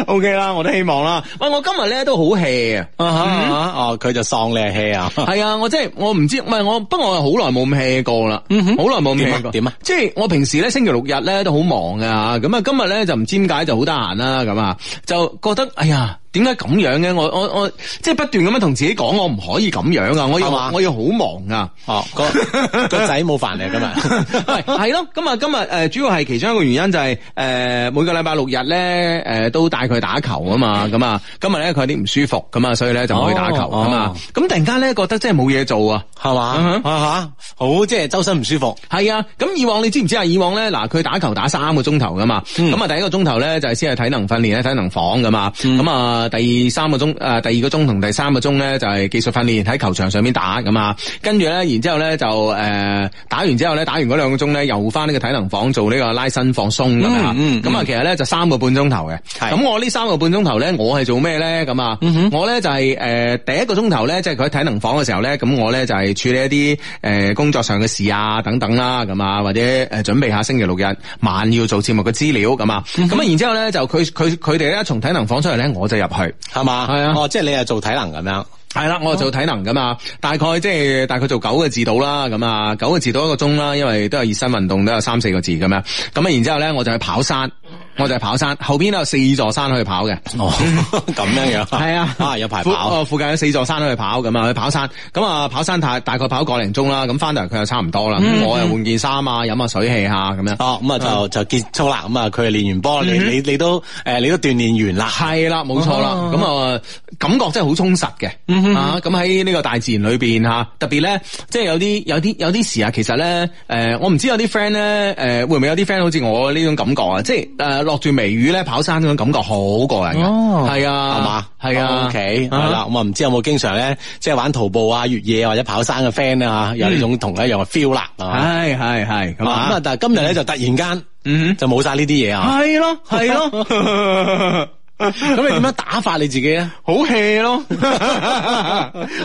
S1: O K 啦，我都希望啦。喂，我今日咧都好 hea 啊。
S3: 啊哈啊哈哦，佢就喪你氣啊！
S1: 系啊，我真系我唔知，唔系我，不過我好耐冇咁 hea 過啦，好耐冇咁 hea 過。
S3: 嗯點啊點啊
S1: 即係我平時咧星期六日咧都好忙噶，咁啊今日咧就唔知點解就好得閒啦，咁啊就覺得哎呀。點解咁樣嘅？我我我即係不斷咁樣同自己講，我唔可以咁樣啊！我要
S3: 係嘛
S1: 我要好忙啊！
S3: 哦，啊個個仔冇煩你 今 日。
S1: 喂，系咯，咁啊，今日诶，主要係其中一個原因就係呃每個禮拜六日咧，诶都帶佢打球啊嘛，咁啊，今日咧佢有啲唔舒服咁啊，所以咧就唔去打球
S3: 哦
S1: 咁啊
S3: 哦，
S1: 咁突然間咧覺得真係冇嘢做啊！
S3: 係嘛
S1: 嗯哼
S3: 啊吓，好即係周身唔舒服。
S1: 系啊，咁以往你知唔知啊？以往咧，嗱，佢打球打三個鐘頭噶嘛，
S3: 嗯
S1: 咁啊、第一個鐘頭咧就係先係體能訓練咧，體能房噶嘛，
S3: 嗯
S1: 咁啊、第三個鐘诶、呃第二個鐘同第三個鐘咧就係技術訓練喺球場上面打咁啊，跟住咧，然之后咧就诶、呃打完之後咧，打完嗰兩個鐘咧又翻呢個體能房做呢個拉伸放鬆咁啊，咁啊、
S3: 嗯嗯
S1: 其實咧就三個半鐘頭嘅，
S3: 係嗯
S1: 咁我呢三個半鐘頭咧我係做咩咧咁啊？我咧就係呃第一個鐘頭咧即係佢喺體能房嘅時候咧，咁我咧就係處理一啲诶工作上嘅事啊等等啦，咁啊或者诶准备下星期六日晚要做節目嘅資料咁啊，
S3: 嗯
S1: 咁啊然之后咧就佢佢佢哋咧從體能房出嚟咧我就入去。
S3: 係嘛？
S1: 係啊
S3: 哦，即係你係做體能咁樣。
S1: 系啦，我做體能噶嘛，大概即係大概做九個字到啦，咁啊九個字到一個鐘啦，因為都有熱身運動都有三四個字咁樣，咁啊然之后咧我就去跑山，我就去跑山，後邊都有四座山可以跑嘅，
S3: 哦， 咁樣樣。
S1: 係啊，
S3: 啊有排
S1: 附
S3: 跑。
S1: 哦附近有四座山可以跑咁啊，去跑山，咁啊跑山大大概跑個零鐘啦，咁翻到嚟佢又差唔多啦，咁我又換件衫啊，飲下水氣下咁樣。
S3: 哦，咁啊
S1: 嗯
S3: 就就结束啦。咁啊，佢係練完波，你你你都诶，你都鍛炼完啦。
S1: 係啦，冇錯啦，咁啊感覺真係好充實嘅，
S3: 嗯
S1: 啊咁喺呢個大自然裏邊吓，特別咧即係有啲有啲有啲時啊，其實咧誒我唔知有啲 friend 咧誒會唔會有啲 friend 好似我呢種感覺啊，即係誒落住微雨咧跑山嗰種感覺好過癮嘅，係啊，
S3: 係哦嘛？
S1: 係啊
S3: ，O K，係啦。咁啊，唔知有冇經常咧，即係玩徒步啊、越野或者跑山嘅 friend 咧吓，有呢種同一樣嘅 feel 啦。係嘛
S1: 係係係咁
S3: 咁
S1: 啊
S3: 啊，。但係今日咧就突然間，
S1: 嗯
S3: 就冇晒呢啲嘢啊。
S1: 系咯，系咯。
S3: 咁你點樣打發你自己啊咧？
S1: 好 hea 咯，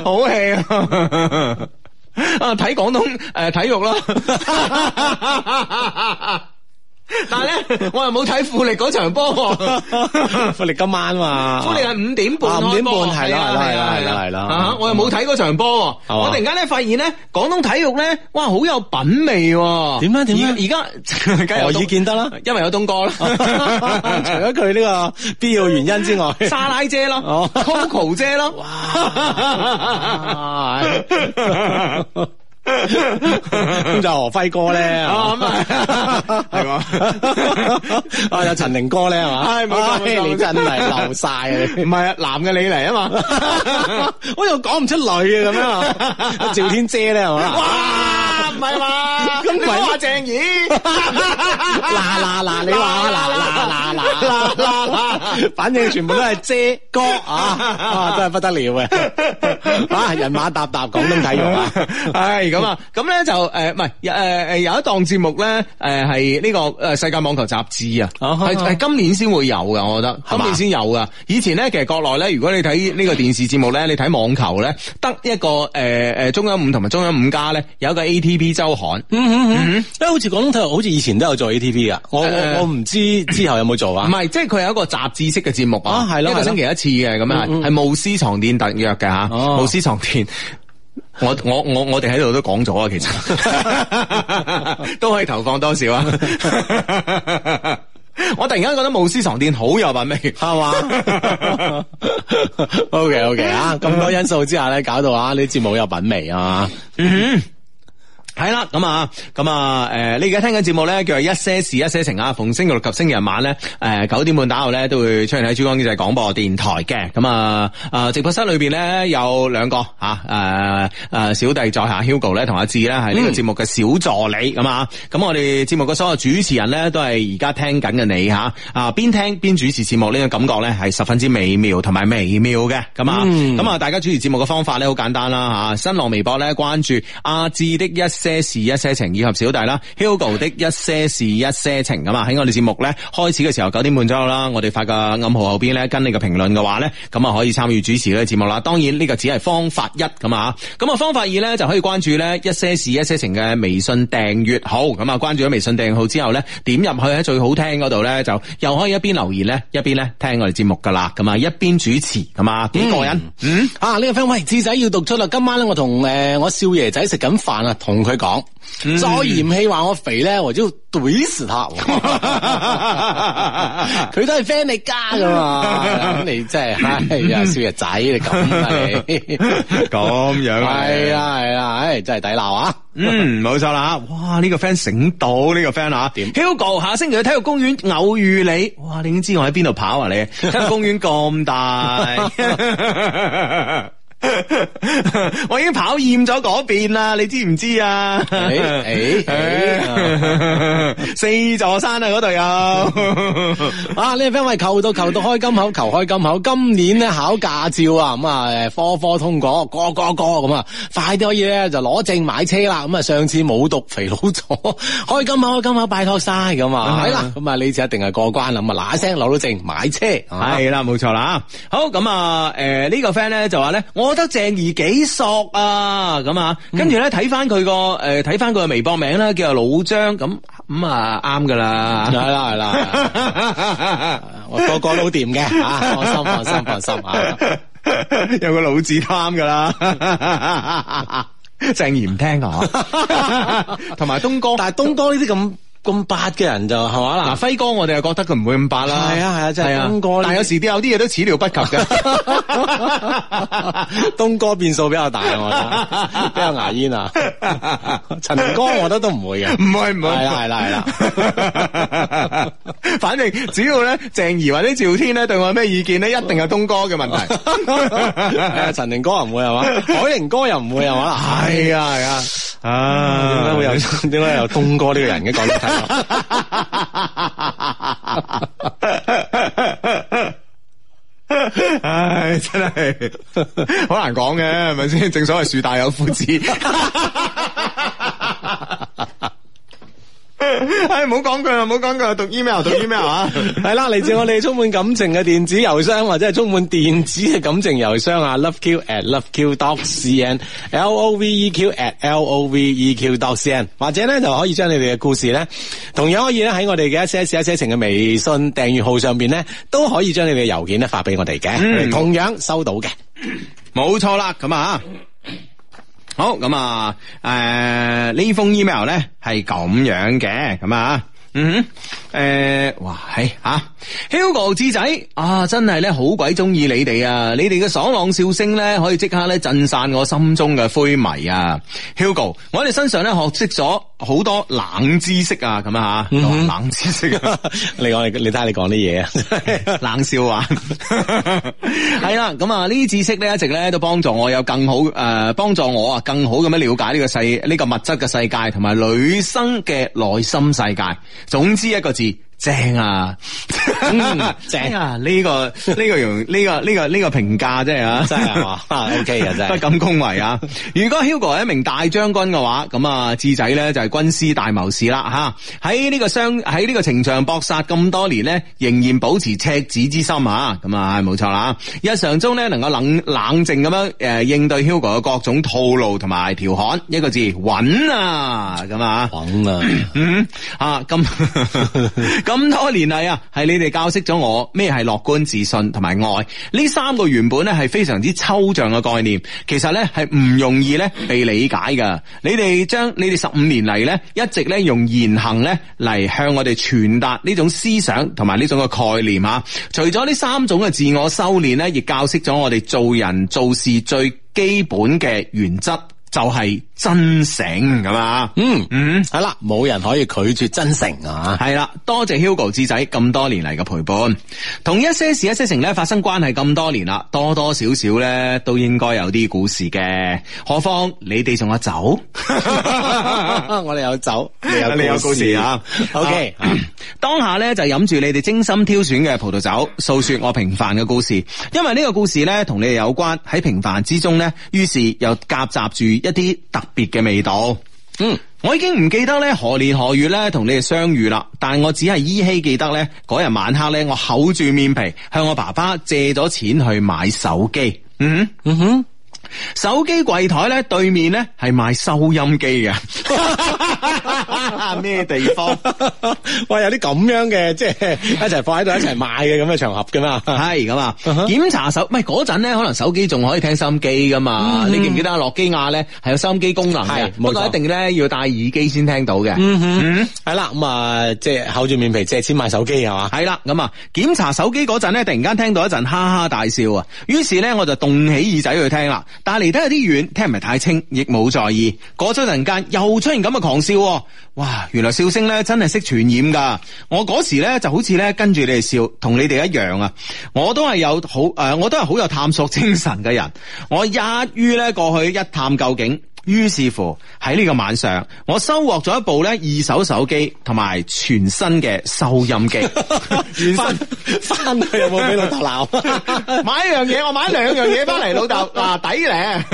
S1: 好 hea 啊！啊，睇廣東诶、呃、體育啦。 但係咧，我又冇睇富力嗰場波 喎。
S3: 富力今晚嘛，
S1: 富力係五點半
S3: 啊
S1: 開波，
S3: 5點半係啦
S1: 啊
S3: 係啦
S1: 係啊
S3: 係啦係嗯哦啦
S1: 啊哈我又冇睇嗰場波喎，
S3: 係嘛
S1: 我突然間咧發現咧，廣東體育咧，哇，好有品味喎。
S3: 點啊點啊
S1: 而而家梗 係有
S3: 何以
S1: 東
S3: 見得 啦？
S1: 因為有東 哥啦。
S3: 除咗佢呢個必要原因之外，
S1: 沙拉姐咯
S3: 哦
S1: ，Coco 姐咯，
S3: 哇 咁就何輝哥咧，
S1: 啊咁啊 係
S3: 係
S1: 喎
S3: 啊，有陳寧哥咧，係
S1: 係冇錯
S3: 嘛？唉
S1: 冇錯
S3: 你真係流 晒啊！
S1: 唔係啊，男嘅你嚟 啊嘛，
S3: 你我又講唔出女啊，咁樣啊，趙天姐咧，係嘛？
S1: 哇，唔係嘛，咁你
S3: 咪
S1: 話鄭怡，嗱
S3: 嗱嗱，你話啊嗱嗱嗱嗱。
S1: 嗱嗱嗱。
S3: 反正全部都係姐哥啊，啊真係不得了嘅，啊人馬搭搭廣東體育啊，
S1: 唉，咁啊，咁咧就诶，誒唔系诶诶，有一檔節目咧，诶係呢個呃诶世界網球雜誌啊，
S3: 啊哈
S1: 係係今年先會有噶，我覺得
S3: 係嘛
S1: 今年先有噶。以前咧，其實國內咧，如果你睇呃呢個電視節目咧，你睇網球咧，得一個诶诶中央五同埋中央五加咧，有一個 A ATP 周刊。
S3: 嗯哼哼，好似廣東體育好似以前都有做 ATV 噶，我
S1: 誒
S3: 我我唔知之後有冇做
S1: 唔
S3: 啊？
S1: 係，即係佢有一個雜誌式嘅節目啊
S3: 啊，係咯嗯
S1: 一個星期一次嘅咁樣，係慕斯床墊特約嘅吓，
S3: 哦
S1: 慕斯床墊。我我我我哋喺度都講咗啊，其 實都可以投放多少啊！ 我突然間覺得慕斯床墊好有品味，
S3: 係嘛？OK OK 啊，咁多因素之下咧，搞到啊呢啲節目好有品味啊！
S1: 系啦，咁啊，咁啊，诶、你而家聽緊節目咧，叫做一些事一些情啊，逢星期六及星期日晚咧，诶、九點半打後咧，都會出現喺珠江經濟廣播電台嘅。咁啊，啊、直播室裏边咧有兩個吓，诶、啊、誒小弟在下 Hugo 咧，同阿志咧係呢個節目嘅小助理咁啊。咁我哋節目嘅所有主持人咧，都係而家聽緊嘅你吓，啊，邊聽邊主持節目呢個感覺咧，係十分之美妙同埋微妙嘅。咁啊，
S3: 嗯
S1: 咁啊。咁啊，大家主持節目嘅方法咧好簡單啦啊吓，新浪微博咧關注阿志的一些事一些情以及小弟啦 Hugo 的一些事一些情咁啊，喺我哋節目咧開始嘅時候九點半左右啦，我哋發個暗號後邊咧跟你嘅評論嘅話咧，咁啊可以參與主持呢個節目啦。當然呢個只係方法一咁啊，咁啊方法二咧就可以關注咧一些事一些情嘅微信訂閱號，咁啊關注咗微信訂閱號之後咧，點入去喺最好聽嗰度咧就又可以一邊留言咧一邊咧聽我哋節目噶啦，咁啊一邊主持咁啊幾過癮。
S3: 嗯，啊呢、個 friend 喂，志仔要讀出啦，今晚咧我同诶、呃我少爺仔食緊飯啊，同佢講，再嫌棄話我肥咧，我就懟死他。佢都係 friend 你家噶嘛，咁你真係，唉呀，少爺仔你 咁啊你，
S1: 咁樣啊
S3: 係啦係啦，唉真係抵鬧啊！
S1: 嗯，冇錯啦，哇！呢、個 friend 醒到呢、個 friend 啊，
S3: 點
S1: ？Hugo 下星期去體育公園偶遇你，哇！你已經知我喺邊度跑啊 你？體育公園咁大。 我已經跑厭咗嗰邊啦，你知唔知啊？
S3: 誒誒誒
S1: 四座山啊，嗰度有。
S3: 啊！呢個 friend 喂，求到求到開金口，求開金口。今年咧考駕照啊，咁啊誒科科通過，個個個咁啊，快啲可以咧就攞證買車啦。咁啊，上次冇讀肥佬咗， 開金口開金口，拜託晒咁啊，係啦。咁啊，呢次一定係過關啦。咁啊，嗱一聲攞到證買車，係
S1: 系啦，冇错啦。好咁啊，诶、呢、個个 friend 咧就話咧，我覺得鄭怡幾索啊，咁啊，
S3: 嗯
S1: 跟住咧睇翻佢個诶睇翻佢嘅微博名咧，叫做老張，咁咁啊啱噶
S3: 係
S1: 啦。
S3: 啦係啦， 我個個都掂嘅，啊放心放心放心啊！
S1: 有個老字貪噶 啦。鄭怡唔聽 我，同埋東哥，
S3: 但係東哥呢啲咁咁八嘅人就係嘛
S1: 嗱
S3: 啦。
S1: 輝哥我哋又覺得佢唔會咁白啦。
S3: 係啊係啊真係
S1: 係
S3: 東哥呢啲
S1: 但有時啲有啲嘢都始料不及 嘅。
S3: 東哥變數比較大，我覺得比較牙煙啊。陳哥，我覺得都唔會嘅。
S1: 唔係唔係，
S3: 係啦係啦
S1: 係啦。 反正只要咧鄭怡或者趙天咧對我有咩意見咧，一定係東哥嘅問題。
S3: 誒 陳寧哥又唔會 係嘛，海寧哥又唔會係嘛，係
S1: 係啊係啊，啊
S3: 點解會有 點解有東哥呢個人嘅講得睇？
S1: 唉，真係好難講嘅，係咪先？正所謂樹大有枯枝。唉，唔好講佢啦，唔好講佢啦，讀 email，讀 email 啊！
S3: 係啦，嚟自我哋充滿感情嘅電子郵箱，或者係充滿電子嘅感情郵箱啊，loveq at loveq dot cn，l o v e q at l o v e q dot cn，或者咧就可以將你哋嘅故事咧，同樣可以咧喺我哋嘅一些事一些情嘅微信訂閱號上邊咧，都可以將你哋嘅郵件咧發俾我哋嘅，我哋同樣收到嘅。
S1: 冇錯啦，咁啊。好咁啊，诶、呢封 email 咧係咁樣嘅，咁啊。嗯哼，诶、哇，係吓、Hugo 志仔啊，真係咧好鬼中意你哋啊！你哋嘅爽朗笑聲咧，可以即刻咧震散我心中嘅灰霾啊！Hugo，我喺你身上咧學識咗好多冷知識啊，咁啊吓， 冷知識啊。
S3: 你講你你睇下你講啲嘢啊！
S1: 冷笑 話，係啦，咁啊呢啲知識咧一直咧都幫助我有更好誒、呃，幫助我啊更好咁樣了解呢個世呢、個物質嘅世界同埋女生嘅內心世界。總之一個字。正啊，
S3: 嗯 正
S1: 哎呀！呢個呢個用呢個呢個呢個評價真係啊，
S3: 真係係嘛 OK 啊真係
S1: 不敢恭維啊！如果 Hugo 係一名大將軍嘅話，咁啊智仔咧就係軍師大謀士啦吓。喺呢個商喺呢個情場搏殺咁多年咧，仍然保持赤子之心啊！咁啊，冇錯啦。日常中咧能夠冷冷靜咁樣誒應對 Hugo 嘅各種套路同埋調侃，一個字穩啊！咁啊。
S3: 講啊，
S1: 嗯啊，咁咁多年嚟啊，係你哋教識咗我咩係樂觀、自信同埋愛呢三個原本咧係非常之抽象嘅概念，其實咧係唔容易咧被理解噶。你哋將你哋十五年嚟咧一直咧用言行咧嚟向我哋傳達呢種思想同埋呢種嘅概念啊。除咗呢三種嘅自我修煉咧，亦教識咗我哋做人做事最基本嘅原則。就係真誠咁啊！
S3: 嗯
S1: 嗯，
S3: 係啦，冇人可以拒絕真誠啊！
S1: 系啦，多謝 Hugo 智仔咁多年嚟嘅陪伴，同一些事一些情咧發生關係咁多年啦，多多少少咧都應該有啲故事嘅，何況你哋仲有酒，
S3: 我哋有酒， 你有故
S1: 啊
S3: OK，
S1: 啊當下咧就飲住你哋精心挑選嘅葡萄酒，訴說我平凡嘅故事，因為呢個故事咧同你哋有關，喺平凡之中咧，於是又夾雜住一啲特別嘅味道。
S3: 嗯。
S1: 我已經唔記得咧何年何月咧同你哋相遇啦，但我只係依稀記得咧嗰日晚黑咧，我厚住面皮向我爸爸借咗錢去買手機。嗯哼嗯哼，手機櫃台咧對面咧係賣收音機嘅，咩地方？
S3: 喂，有啲咁樣嘅，即係一齊放喺度一齊賣嘅咁嘅場合噶嘛？
S1: 係咁啊！
S3: 哼
S1: 檢查手，唔係嗰陣咧，可能手機仲可以聽收音機噶嘛？你記唔記得啊？諾基亞咧係有收音機功能嘅
S3: 係，
S1: 不
S3: 冇
S1: 過
S3: 錯
S1: 一定咧要戴耳機先聽到嘅。
S3: 嗯，係啦，咁啊，即係厚住面皮借錢買手機係嘛？
S1: 系啦，咁啊，檢查手機嗰陣咧，突然間聽到一陣哈哈大笑啊，於是咧我就動起耳仔去聽啦，但係離得有啲遠，聽唔係太清，亦冇在意。嗰咗陣間又出現咁嘅狂笑喎，哇！原來笑聲咧真係識傳染噶。我嗰時咧就好似咧跟住你哋笑，同你哋一樣啊。我都係有好诶、我都係好有探索精神嘅人。我一於咧過去一探究竟。於是乎喺呢個晚上，我收穫咗一部咧二手手機同埋全新嘅收音 機。原
S3: 翻翻去有冇俾老豆 鬧？
S1: 买一样嘢，我买两样嘢翻嚟，老豆 嗱抵咧。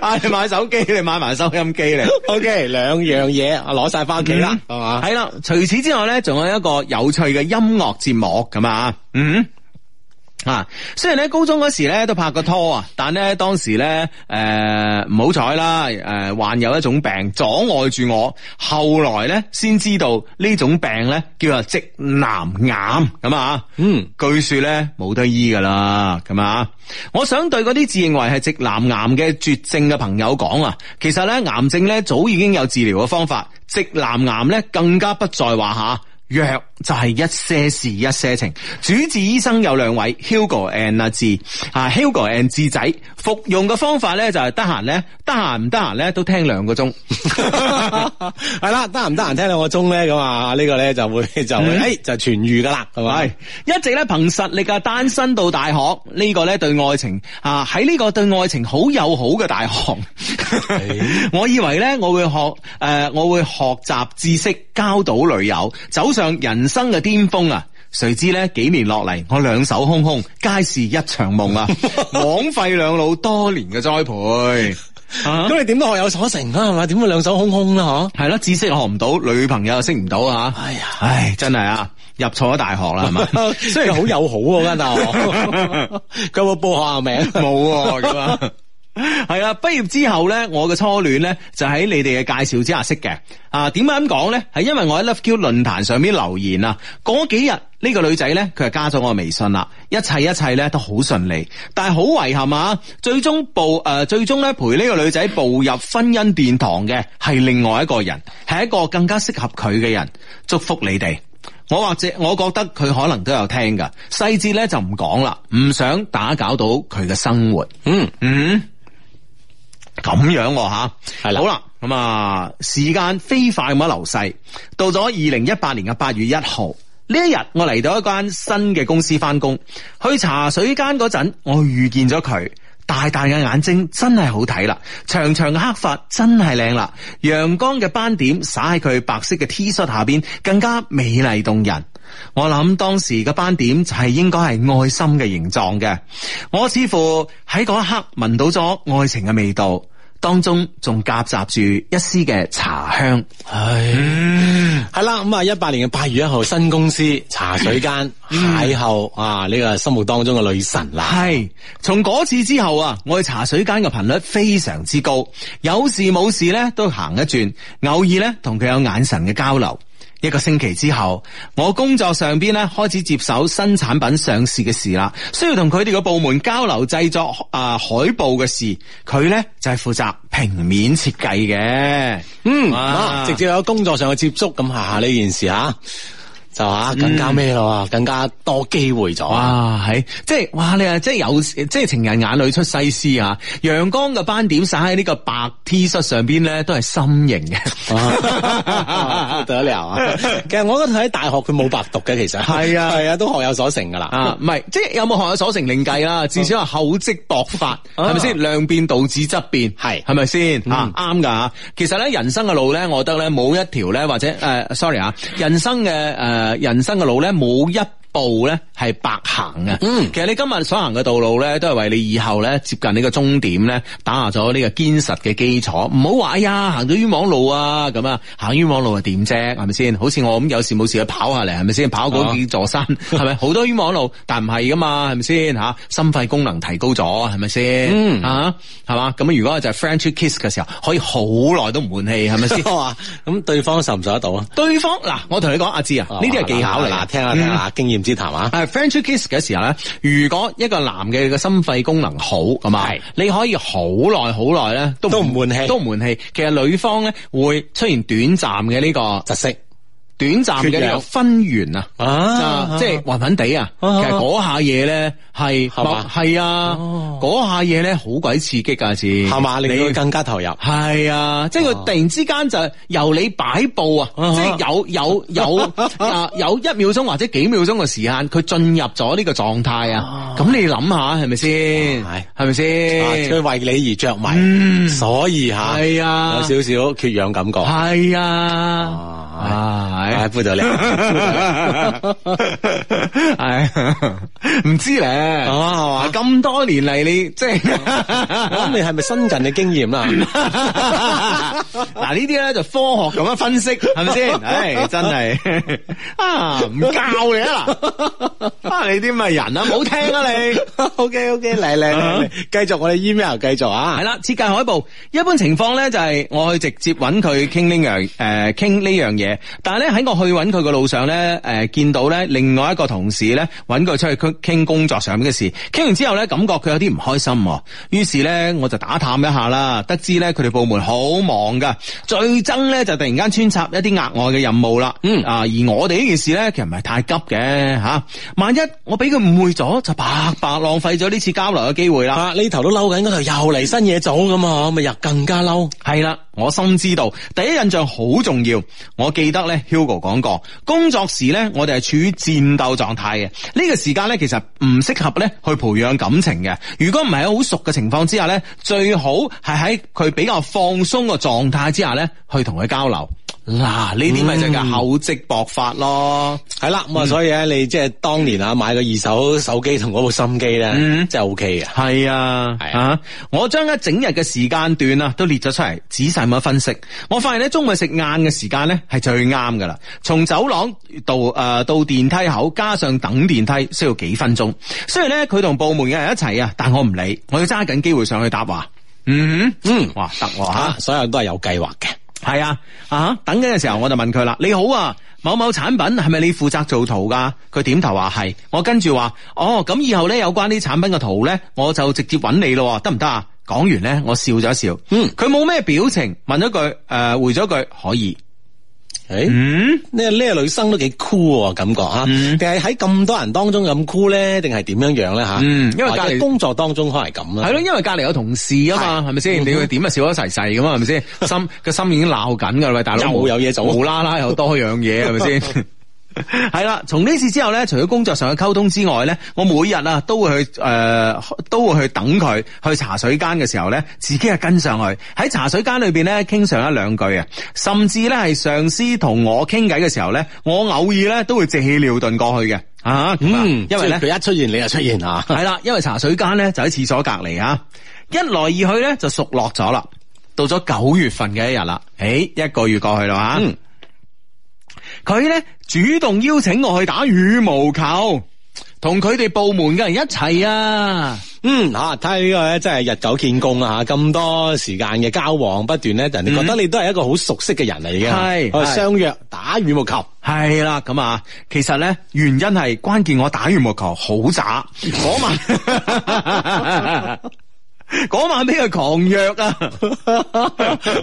S1: 嗌你買手機，你買埋收音機嚟。
S3: O K，兩樣嘢啊攞晒翻屋企啦，係嘛？
S1: 系啦，除此之外咧，仲有一個有趣嘅音樂節目咁啊，嗯。啊，雖然咧高中嗰時咧都拍過拖啊，但咧當時咧誒呃唔好彩啦，誒、患有一種病阻礙住我，後來咧先知道呢種病咧叫做直男癌咁啊，
S3: 嗯，
S1: 據說咧冇得醫噶啦，咁啊，我想對嗰啲自認為係直男癌嘅絕症嘅朋友講啊，其實咧癌症咧早已經有治療嘅方法，直男癌咧更加不在話下。藥就係一些事一些情，主治醫生有兩位，Hugo and 阿志，啊 Hugo and 志仔，服用嘅方法咧就係得閒咧，得閒唔得閒咧都聽兩個鐘，
S3: 係啦，得唔得閒聽兩個鐘咧？咁啊，呢個咧就會就會
S1: 嗯
S3: 誒就痊癒噶啦，係咪
S1: 係？一直咧憑實力啊單身到大學，呢、個咧對愛情啊喺呢個對愛情好友好嘅大學， 我以為咧我會學誒、呃我會學習知識，交到女友，走上人生嘅巔峰啊！誰知咧幾年落嚟，我兩手空空，皆是一場夢啊！枉費兩老多年嘅栽培。啊
S3: 咁你點都學有所成啊啦，係嘛？點會兩手空空啦？嗬？
S1: 系咯，知識學唔到，女朋友又識唔到啊！
S3: 哎呀
S1: 唉，真係啊，入錯咗大學啦，係 嘛？
S3: 雖然好友好喎間大學， 佢有冇報學校名？
S1: 冇喎咁啊。 系啦，啊畢業之後咧，我嘅初戀咧就喺你哋嘅介紹之下識嘅。啊，點解咁講咧？係因為我喺 Love Q 論壇上面留言啊，嗰幾日呢個女仔咧，佢係加咗我微信啦，一切一切咧都好順利，但係好遺憾啊，最終步诶、呃最終咧陪呢個女仔步入婚姻殿堂嘅係另外一個人，係一個更加適合佢嘅人。祝福你哋。我或者我覺得佢可能都有聽噶，細節咧就唔講啦，唔想打攪到佢嘅生活。
S3: 嗯。
S1: 嗯，咁樣喎吓，
S3: 係啦
S1: 好啦，咁啊，時間飛快咁樣流逝，到咗二零一八年嘅八月一號。呢一日我嚟到一間新嘅公司翻工，去茶水間嗰陣，我遇見咗佢。大大嘅眼睛真係好睇啦，長長嘅黑髮真係靚啦，陽光嘅斑點灑喺佢白色嘅 T 恤下邊，更加美麗動人。我諗當時嘅斑點就係應該係愛心嘅形狀嘅，我似乎喺嗰一刻聞到咗愛情嘅味道，當中仲夾雜住一絲嘅茶香。
S3: 唉，係啦，咁啊，一八年嘅八月一號，新公司茶水間邂逅啊，呢個心目當中嘅女神啦。
S1: 係，從嗰次之後啊，我去茶水間嘅頻率非常之高，有事冇事咧都行一轉，偶爾咧同佢有眼神嘅交流。一個星期之後，我工作上邊咧開始接手新產品上市嘅事啦，需要同佢哋嘅部門交流製作啊、海報嘅事，佢咧就係、負責平面設計嘅。
S3: 嗯，
S1: 哇
S3: 啊，直接有工作上嘅接觸，咁下下呢件事吓，就吓更加咩咯，更加多機會咗。啊
S1: 哇，係即係哇，你啊，即係有即係情人眼裏出西施啊！陽光嘅斑點灑喺呢個白 T 恤上邊咧，都係心形
S3: 啊
S1: 嘅。
S3: 不得了 啊！其實我覺得佢喺大學佢冇白讀嘅，其實
S1: 係啊
S3: 係啊，都學有所成噶啦。哦
S1: 啊，唔係，即係有冇學有所成另計啦，至少係厚積薄發，係咪先？量變導致質變，
S3: 啊係？
S1: 係咪先？啊，啱噶吓。其實咧，人生嘅路咧，我覺得咧，冇一條咧，或者誒、s o r r y 啊，人生嘅誒、呃人生嘅路咧，冇一。步咧係白行嘅，嗯，其實你今日所行嘅道路咧，都係為你以後咧接近呢個終點咧，打下咗呢個堅實嘅基礎。唔好話哎呀行咗冤枉路啊咁啊，行冤枉路又點啫？係咪先？好似我咁有事冇事去跑下嚟，係咪先？跑嗰幾座山，係咪好多冤枉路？但唔係噶嘛，係咪先吓？心肺功能提高咗，係咪先？嗯啊，係嘛？咁如果就係 French kiss 嘅時候，可以好耐都唔換氣，係咪先
S3: 哇！ 咁對方受唔受得到啊？
S1: 對方嗱，我同你講，阿志啊，呢啲係技巧嚟嘅，嗯
S3: 嗱，哦聽下聽下經驗之談啊！
S1: 誒 French kiss 嘅時候咧，如果一個男嘅嘅心肺功能好咁啊，你可以好耐好耐咧都
S3: 都唔悶氣
S1: 都唔悶氣。其實女方咧會出現短暫嘅呢個
S3: 窒息
S1: 短暫嘅
S3: 缺
S1: 呢個
S3: 氧
S1: 分源啊。
S3: 啊
S1: 就即係暈暈地啊！其
S3: 啊
S1: 實嗰下嘢咧係
S3: 係嘛哦
S1: 係啊，嗰下嘢咧好鬼刺激啊噶，至
S3: 係嘛，令到佢更加投入。
S1: 係啊，即係佢突然之間就由你擺布啊，
S3: 啊
S1: 即係有有 有啊有一秒鐘或者幾秒鐘嘅時間，佢進入咗呢個狀態啊。咁你諗下係咪先？
S3: 係
S1: 係咪
S3: 啊
S1: 先？
S3: 佢為你而着迷，所以吓
S1: 係啊
S3: 有少少缺氧感覺。
S1: 係啊，
S3: 唉，
S1: 係
S3: 杯到你
S1: 係唔知咧，
S3: 啊係嘛
S1: 咁多年嚟你即 係。
S3: 咁你係咪新近嘅經驗啊啦？
S1: 嗱呢啲咧就科學咁樣分析，係咪 先？唉、真係啊，唔教你啊 嗱，啊你啲咪人啊，唔好聽啊你。啊
S3: OK OK，嚟嚟嚟，嚟繼續我哋 email 繼續啊
S1: 係。啦，設計海報，一般情況咧就係我去直接揾佢傾呢樣誒傾呢樣嘢，但係咧喺我去揾佢嘅路上咧誒、呃、見到咧另外一個同事咧揾佢出去傾傾工作上面嘅事，傾完之後咧感覺佢有啲唔開心喎，於是咧我就打探一下啦，得知咧佢哋部門好忙噶，最憎咧就突然間穿插一啲額外嘅任務啦，嗯啊而我哋呢件事咧其實唔係太急嘅吓、萬一我俾佢誤會咗就白白浪費咗呢次交流嘅機會啦。
S3: 啊！呢頭都嬲緊，嗰頭又嚟新嘢做咁啊，咪又更加嬲。
S1: 係啦，我深知道第一印象好重要。我記得咧，Hugo 講過，工作時咧，我哋係處於戰鬥狀態嘅。呢、個時間咧，其實唔適合咧去培養感情嘅。如果唔係喺好熟嘅情況之下咧，最好係喺佢比較放鬆嘅狀態之下咧，去同佢交流。嗱，呢啲咪就叫厚積薄發咯。
S3: 係啦，咁啊，所以咧，你即係當年啊，買個二手手機同嗰部新機咧，真係 O K 嘅。
S1: 係啊，
S3: 係啊
S1: 啊，我將一整日嘅時間段啊，都列咗出嚟，仔細咁樣分析。我發現咧，中午食晏嘅時間咧係最啱噶啦。從走廊到誒、呃到電梯口，加上等電梯需要幾分鐘。雖然咧佢同部門嘅人一齊啊，但我唔理，我要揸緊機會上去答話。嗯哼嗯，哇得喎吓
S3: 啊，。所有人都係有計劃嘅。
S1: 係啊，啊等緊嘅時候我就問佢啦，你好啊，某某產品係咪你負責做圖噶？佢點頭話係，我跟住話，哦咁以後咧有關啲產品嘅圖咧，我就直接揾你咯，得唔得啊？講完咧，我笑咗一笑，嗯，佢冇咩表情，問咗句，誒、回咗句可以，
S3: 誒，呢呢個女生都幾 cool 喎，感覺啊，定係喺咁多人當中咁 cool 咧，定係點樣樣咧吓？
S1: 嗯因為
S3: 或者
S1: 隔離
S3: 工作當中可能係咁啊嗯啦。
S1: 係咯，因為隔籬有同事啊嘛，係咪先？你會點啊？少咗齊細咁嘛，係咪先？ 心個心已經鬧緊噶啦，喂大佬
S3: 又有嘢做
S1: 無啦啦有多樣嘢，係咪先？係啦，從呢次之後咧，除咗工作上嘅溝通之外咧，我每日啊都會去誒、呃都會去等佢去茶水間嘅時候咧，自己係跟上去喺茶水間裏邊咧傾上一兩句啊，甚至咧係上司同我傾偈嘅時候咧，我偶爾咧都會借尿遁過去嘅啊，咁啊因為咧
S3: 嗯即係佢一出現你就出現 啊，
S1: 係啦，因為茶水間咧就喺廁所隔離啊，一來二去咧就熟落咗啦。到咗九月份嘅一日啦，誒，一個月過去啦
S3: 嗯
S1: 吓，佢咧、主動邀請我去打羽毛球，同佢哋部門嘅人一齊啊。
S3: 嗯吓，睇下呢個咧真係日久見功啊吓，咁多時間嘅交往不斷咧，人哋覺得你都係一個好熟悉嘅人嚟嘅，
S1: 係
S3: 我哋
S1: 係
S3: 相約打羽毛 球，
S1: 係啦，咁啊，其實咧原因係關鍵，我打羽毛球好渣，嗰晚嗰晚俾佢狂約啊！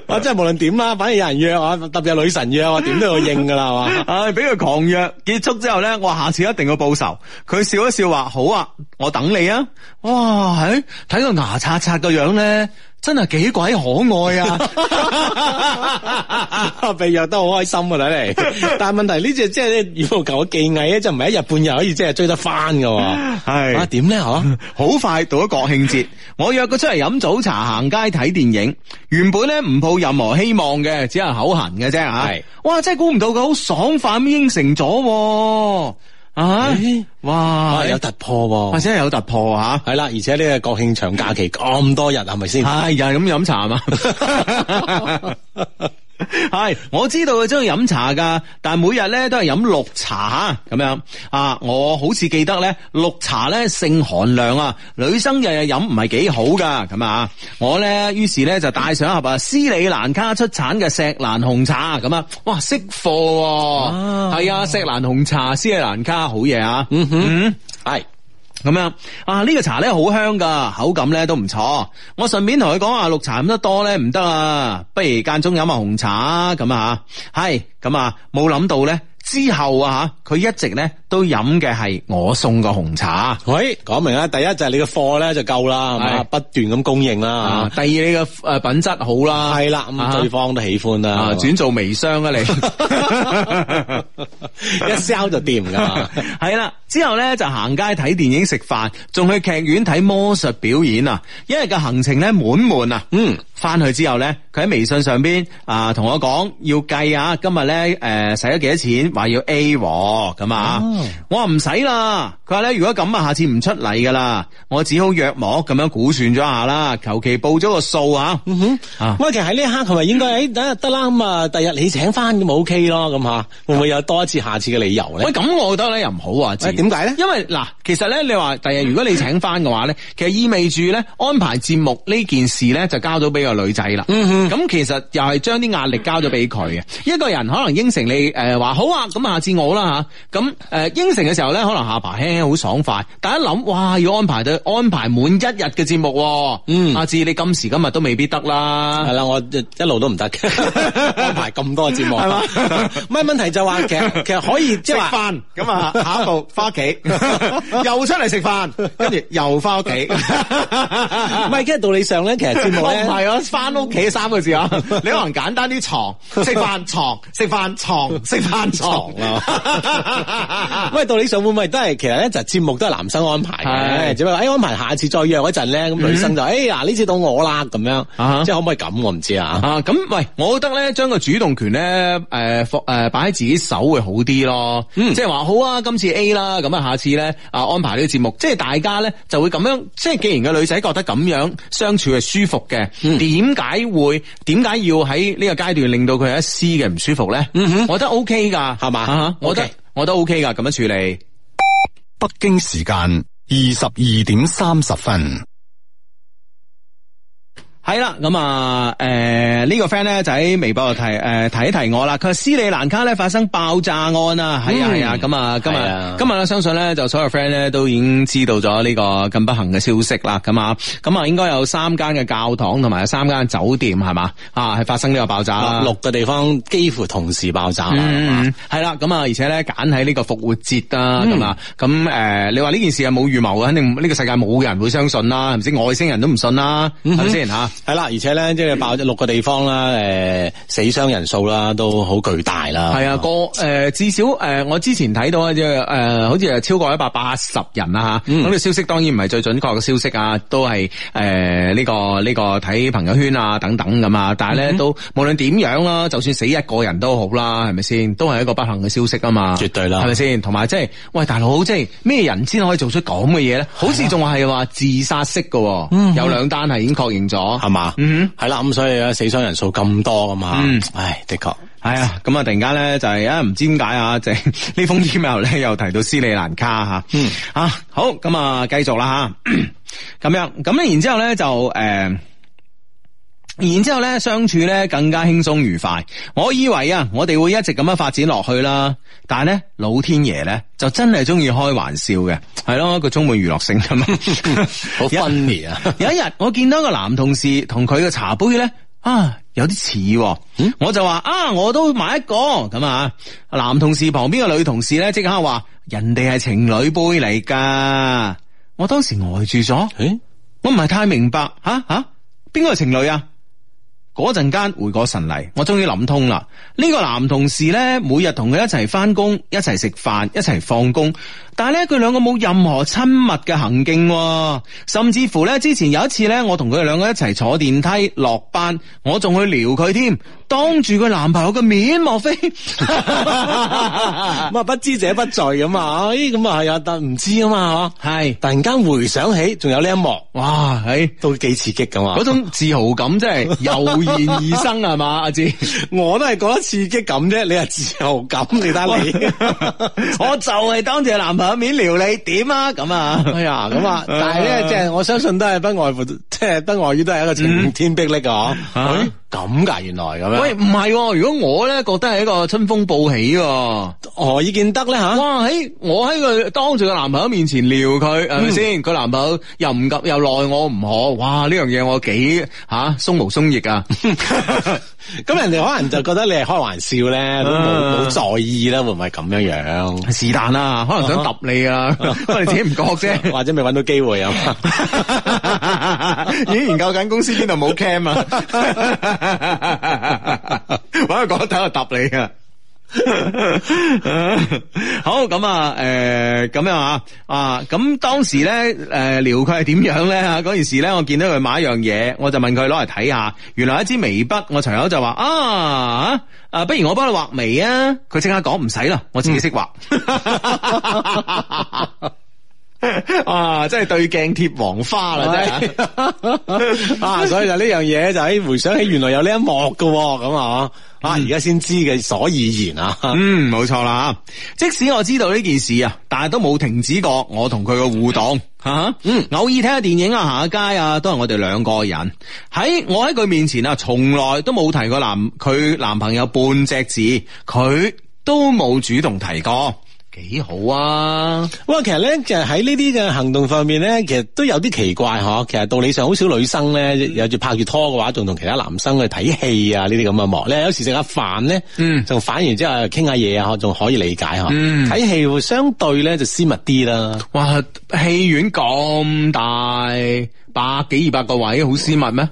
S3: 啊真係無論點啦，反正有人約啊，特別係女神約啊，點都要應噶啦，係嘛。
S1: 唉，俾佢狂約，結束之後咧，我下次一定要報仇。佢笑一笑話：好啊，我等你啊！哇，喺睇個牙刷刷個樣咧，真係幾鬼可愛 啊！
S3: 被約得好開心啊！ 睇嚟，但係問題呢隻即係羽毛球嘅技藝咧，就唔係一日半日可以即係追得翻噶。
S1: 係
S3: 啊，點咧嗬？
S1: 好快到咗國慶節，我約佢出嚟飲早茶、行街、睇電影。原本咧唔抱任何希望嘅，只係口痕嘅啫啊吓
S3: 係。
S1: 哇，真係估唔到佢好爽快咁應承咗喎啊！
S3: 咦
S1: 哇
S3: 啊，，有突破
S1: 或
S3: 喎！
S1: 者係有突破吓。
S3: 係啦，而且呢個國慶長假期咁多日，係咪先？
S1: 係又係咁飲茶嘛？係，我知道佢中意飲茶噶，但每日咧都係飲綠茶吓咁樣啊！我好似記得咧，綠茶咧性寒涼啊，女生日日飲唔係幾好噶咁啊！我咧於是咧就帶上一盒啊斯里蘭卡出產嘅石蘭紅茶咁啊，哇識貨喎係啊，石蘭紅茶斯里蘭卡好嘢啊！嗯哼。
S3: 係
S1: 咁樣啊，呢、個茶咧好香噶，口感咧都唔錯。我順便同佢講啊，綠茶飲得多咧唔得啊，不如間中飲下紅茶啊咁啊吓。係咁啊，冇諗到咧之後啊吓，佢一直咧都飲嘅係我送個紅茶。
S3: 喂，講明啦，第一就係你嘅貨咧就夠啦，係嘛，
S1: 係
S3: 不斷咁供應啦
S1: 啊，，第二你嘅誒品質好啦，
S3: 係嗯啦，
S1: 啊
S3: 咁對方都喜歡啦
S1: 啊，， 轉做微商啊你。
S3: 一 sell 就掂噶。
S1: 係啦，之後咧就行街睇電影食飯，仲去劇院睇魔術表演啊！因為個行程咧滿滿啊。嗯，翻去之後咧，佢喺微信上邊啊同我講要計啊，今日咧誒使咗幾多錢，話要 A 喎咁啊。我話唔使啦，佢話咧如果咁啊，下次唔出嚟噶啦。我只好約莫咁樣估算咗下啦，求其報咗個數啊。嗯哼，啊
S3: 喂，其實喺呢一刻係咪應該誒得得啦咁啊？第日你請翻咁咪 OK 咯，咁吓會唔會有多一次下次嘅理由咧
S1: 喂，？咁我覺得咧又唔好啊，
S3: 喂點解咧
S1: 因為嗱，其實咧你話第日如果你請翻嘅話咧，其實意味住咧安排節目呢件事咧就交咗俾個女仔啦。嗯咁其實又係將啲壓力交咗俾佢嘅。一個人可能應承你誒話、好啊，咁下次我啦吓。咁、誒應承嘅時候咧，可能下巴輕輕好爽快，但一諗哇要安排到安排滿一日嘅節目喎，
S3: 嗯
S1: 下次你今時今日都未必得啦。
S3: 係啦，我一路都唔 得嘅，安排咁多節目，係嘛？ 唔係問題就話 其實其實可以即係話
S4: 飯咁啊，下一步翻屋 企，又出嚟食飯，跟住又翻屋企，
S3: 唔係，其實道理上咧，其實節目
S4: 我唔
S3: 咧。
S4: 係啊，翻屋企三個字啊，你可能簡單啲床，食飯床，食飯床，食飯床 啦。
S3: 喂，道理上會唔會都係其實咧就節目都係男生安排嘅，
S1: 係
S3: 只不過誒哎安排下次再約嗰陣咧，咁
S4: 嗯
S3: 女生就誒嗱呢次到我啦咁樣
S1: 啊，
S3: 即係可唔可以咁我唔知啊。
S1: 啊，咁喂，我覺得咧，將個主動權咧，誒放誒擺喺自己手會好啲咯。
S3: 嗯
S1: 即係話好啊，今次 A 啦，咁啊，下次咧啊安排呢個節目，即係大家咧就會咁樣，即係既然個女仔覺得咁樣相處係舒服嘅，
S3: 嗯
S1: 點解、會點解要喺呢個階段令到佢有一絲嘅唔舒服咧？我覺得 OK 㗎，
S3: 嗯係嘛
S1: 啊我覺得
S3: OK
S1: 我覺得 OK 㗎，咁樣處理。
S5: 北京時間二十二點三十分。
S1: 係啦，咁啊，誒、呢、個 friend 咧就喺微博度提誒、提一提我啦。佢話斯里蘭卡咧發生爆炸案啊，係啊係啊，咁啊今
S3: 係
S1: 日
S3: 啊
S1: 今日咧相信咧就所有 friend 咧都已經知道咗呢個咁不幸嘅消息啦。咁啊咁啊應該有三間嘅教堂同埋有三間酒店係嘛啊係發生呢個爆炸啦。
S3: 六個地方幾乎同時爆炸啦，係嘛
S1: 嗯，係啦，咁啊，而且咧揀喺呢個復活節啊，咁啊、咁誒、你啊話呢件事係冇預謀嘅，肯定呢個世界冇人會相信啦，係咪先？外星人都唔信啦，係咪先吓？啊
S3: 係啦，而且咧即係爆咗六個地方啦，诶、死傷人數啦都好巨大啦。
S1: 系啊，個诶、呃至少诶、呃我之前睇到啊，即係诶，好似係超過一百八十人啦
S3: 嗯
S1: 吓。咁呢、個消息當然唔係最準確嘅消息啊，都係诶呢個呢、個睇朋友圈啊等等咁啊。但係
S3: 嗯
S1: 咧、都無論點樣啦，就算死一個人都好啦，係咪先？都係一個不幸嘅消息啊嘛。
S3: 絕對啦
S1: 係咪先？同埋即係喂大佬，即係咩人先可以做出咁嘅嘢咧？好似仲話係話自殺式嘅喎，
S3: 嗯
S1: 有兩單係已經確認咗
S3: 係。嘛，
S1: 嗯
S3: 係啦，咁所以咧死傷人數咁多噶啊嘛，
S1: 嗯
S3: 唉，的確。
S1: 系啊，咁啊，突然間咧就係啊，唔知點解啊，就係 呢封 email 咧又提到斯里蘭卡吓，嗯啊，好，咁啊，繼續啦吓，咁 樣，咁咧，然之后咧就诶。呃然之后咧，相處咧更加輕鬆愉快。我以為啊，我哋會一直咁樣發展落去啦。但係咧，老天爺咧就真係中意開玩笑嘅，係咯，佢充滿娛樂性噶嘛。
S3: 好 funny 啊！
S1: 有一日我見到一個男同事同佢嘅茶杯咧啊。有啲似喎，我就話啊，我都買一個咁啊。男同事旁邊嘅女同事咧，即刻話人哋係情侶杯嚟㗎。我當時呆住咗，
S3: 誒
S1: 我唔係太明白吓吓，邊個係情侶啊？嗰陣間回過神嚟，我終於諗通啦。呢、個男同事呢，每日同佢一齊翻工，一齊食飯，一齊放工，但係呢，佢兩個冇任何親密嘅行徑喎，甚至乎呢，之前有一次呢，我同佢哋兩個一齊坐電梯落班，我仲去撩佢添，當住佢男朋友嘅面，莫非？
S3: 咁啊，不知者不罪咁啊，咦，咁啊係啊，但唔知啊嘛，係嘛
S1: 係
S3: 突然間回想起，仲有呢一幕，
S1: 哇，唉、
S3: 都幾刺激啊噶嘛
S1: 嗰。種自豪感真係油然而生啊係嘛，阿志。
S3: 我都係覺得刺激感啫，你係自由感，你睇下你。
S1: 我就系当住男朋友面撩你，点啊咁 啊？
S3: 哎呀，咁啊，但係咧，即係我相信都係不外乎， 即係不外於都係一個晴天霹靂啊！
S1: 嗯啊
S3: 嗬咁㗎，原來咁樣。
S1: 喂，唔系、喎，如果我咧覺得係一個春風報喜、
S3: 啊
S1: 喎。
S3: 何以見得咧吓？
S1: 哇！喺我喺佢當住個男朋友面前撩佢，係咪
S3: 嗯
S1: 先？佢男朋友又唔及又奈我唔可，哇！呢樣嘢我幾吓鬆毛鬆翼 啊！
S3: 咁人哋可能就覺得你係開玩笑咧，
S1: 啊
S3: 都冇冇在意啦，會唔會係咁樣樣？
S1: 是但啦，可能想揼你 啊，不過你自己唔覺啫。
S3: 或者未揾到機會啊 嘛？
S1: 已經研究緊公司邊度冇 cam 啊，搵個講睇度揼你啊！ 好咁啊，诶、咁樣啊，啊，咁當時咧，诶、聊佢係點樣咧吓？嗰件事咧，我見到佢買一樣嘢，我就問佢攞嚟睇下，原來係一支眉筆，我隨口就話啊，啊，不如我幫你畫眉啊，佢即刻講唔使啦，我自己識畫。 啊！真係對鏡貼黃花啦，真係。
S3: 啊，所以就呢樣嘢就喺回想起原來有呢一幕噶咁啊，啊而家先知嘅所以然啊，
S1: 嗯，冇錯啦。即使我知道呢件事啊，但係都冇停止過我同佢嘅互動。吓、嗯，偶爾睇下電影啊，行下街啊，都係我哋兩個人。喺我喺佢面前啊，從來都冇提過男佢男朋友半隻字，佢都冇主動提過，幾好啊！
S3: 哇，其實咧，其實喺呢啲嘅行動方面咧，其實都有啲奇怪嗬。其實道理上好少女生咧，有住拍住拖嘅話，仲同其他男生去睇戲啊，呢啲咁嘅幕咧，有時食下飯咧，嗯，仲反而之後傾下嘢啊，仲可以理解嗬。睇戲會相對咧就私密啲啦。
S1: 哇，戲院咁大，百幾二百個位，好私密咩？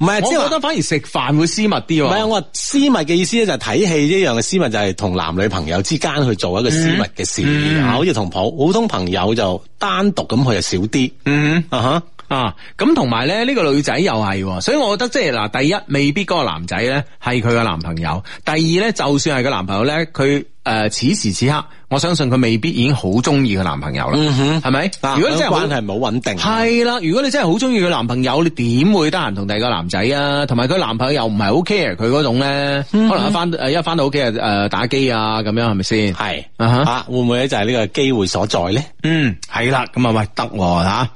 S3: 唔係，
S1: 我
S3: 即
S1: 覺
S3: 係話
S1: 得反而食飯會私密啲喎。
S3: 唔係我話私密嘅意思咧，就係睇戲一樣嘅私密，就係同男女朋友之間去做一個私密嘅事，啊好似同普普通朋友就單獨咁去就少啲。
S1: 嗯
S3: 啊哈。
S1: 啊，咁同埋咧，呢、個女仔又係喎，所以我覺得即係嗱，第一未必嗰個男仔咧係佢嘅男朋友，第二咧就算係佢男朋友咧，佢誒、呃此時此刻，我相信佢未必已經好中意佢男朋友啦，係咪、
S3: 啊
S1: 如果你真係好
S3: 關係唔好穩定，
S1: 係啦，如果你真係好中意佢男朋友，你點會得閒同第二個男仔啊？同埋佢男朋友又唔係好 care 佢嗰種咧，可能一翻誒一翻到屋企誒誒打機啊咁樣係咪先？
S3: 係
S1: 啊哈
S3: 啊，會唔會咧就係呢個機會所在咧？
S1: 嗯，系啦，咁啊喂，得喎吓，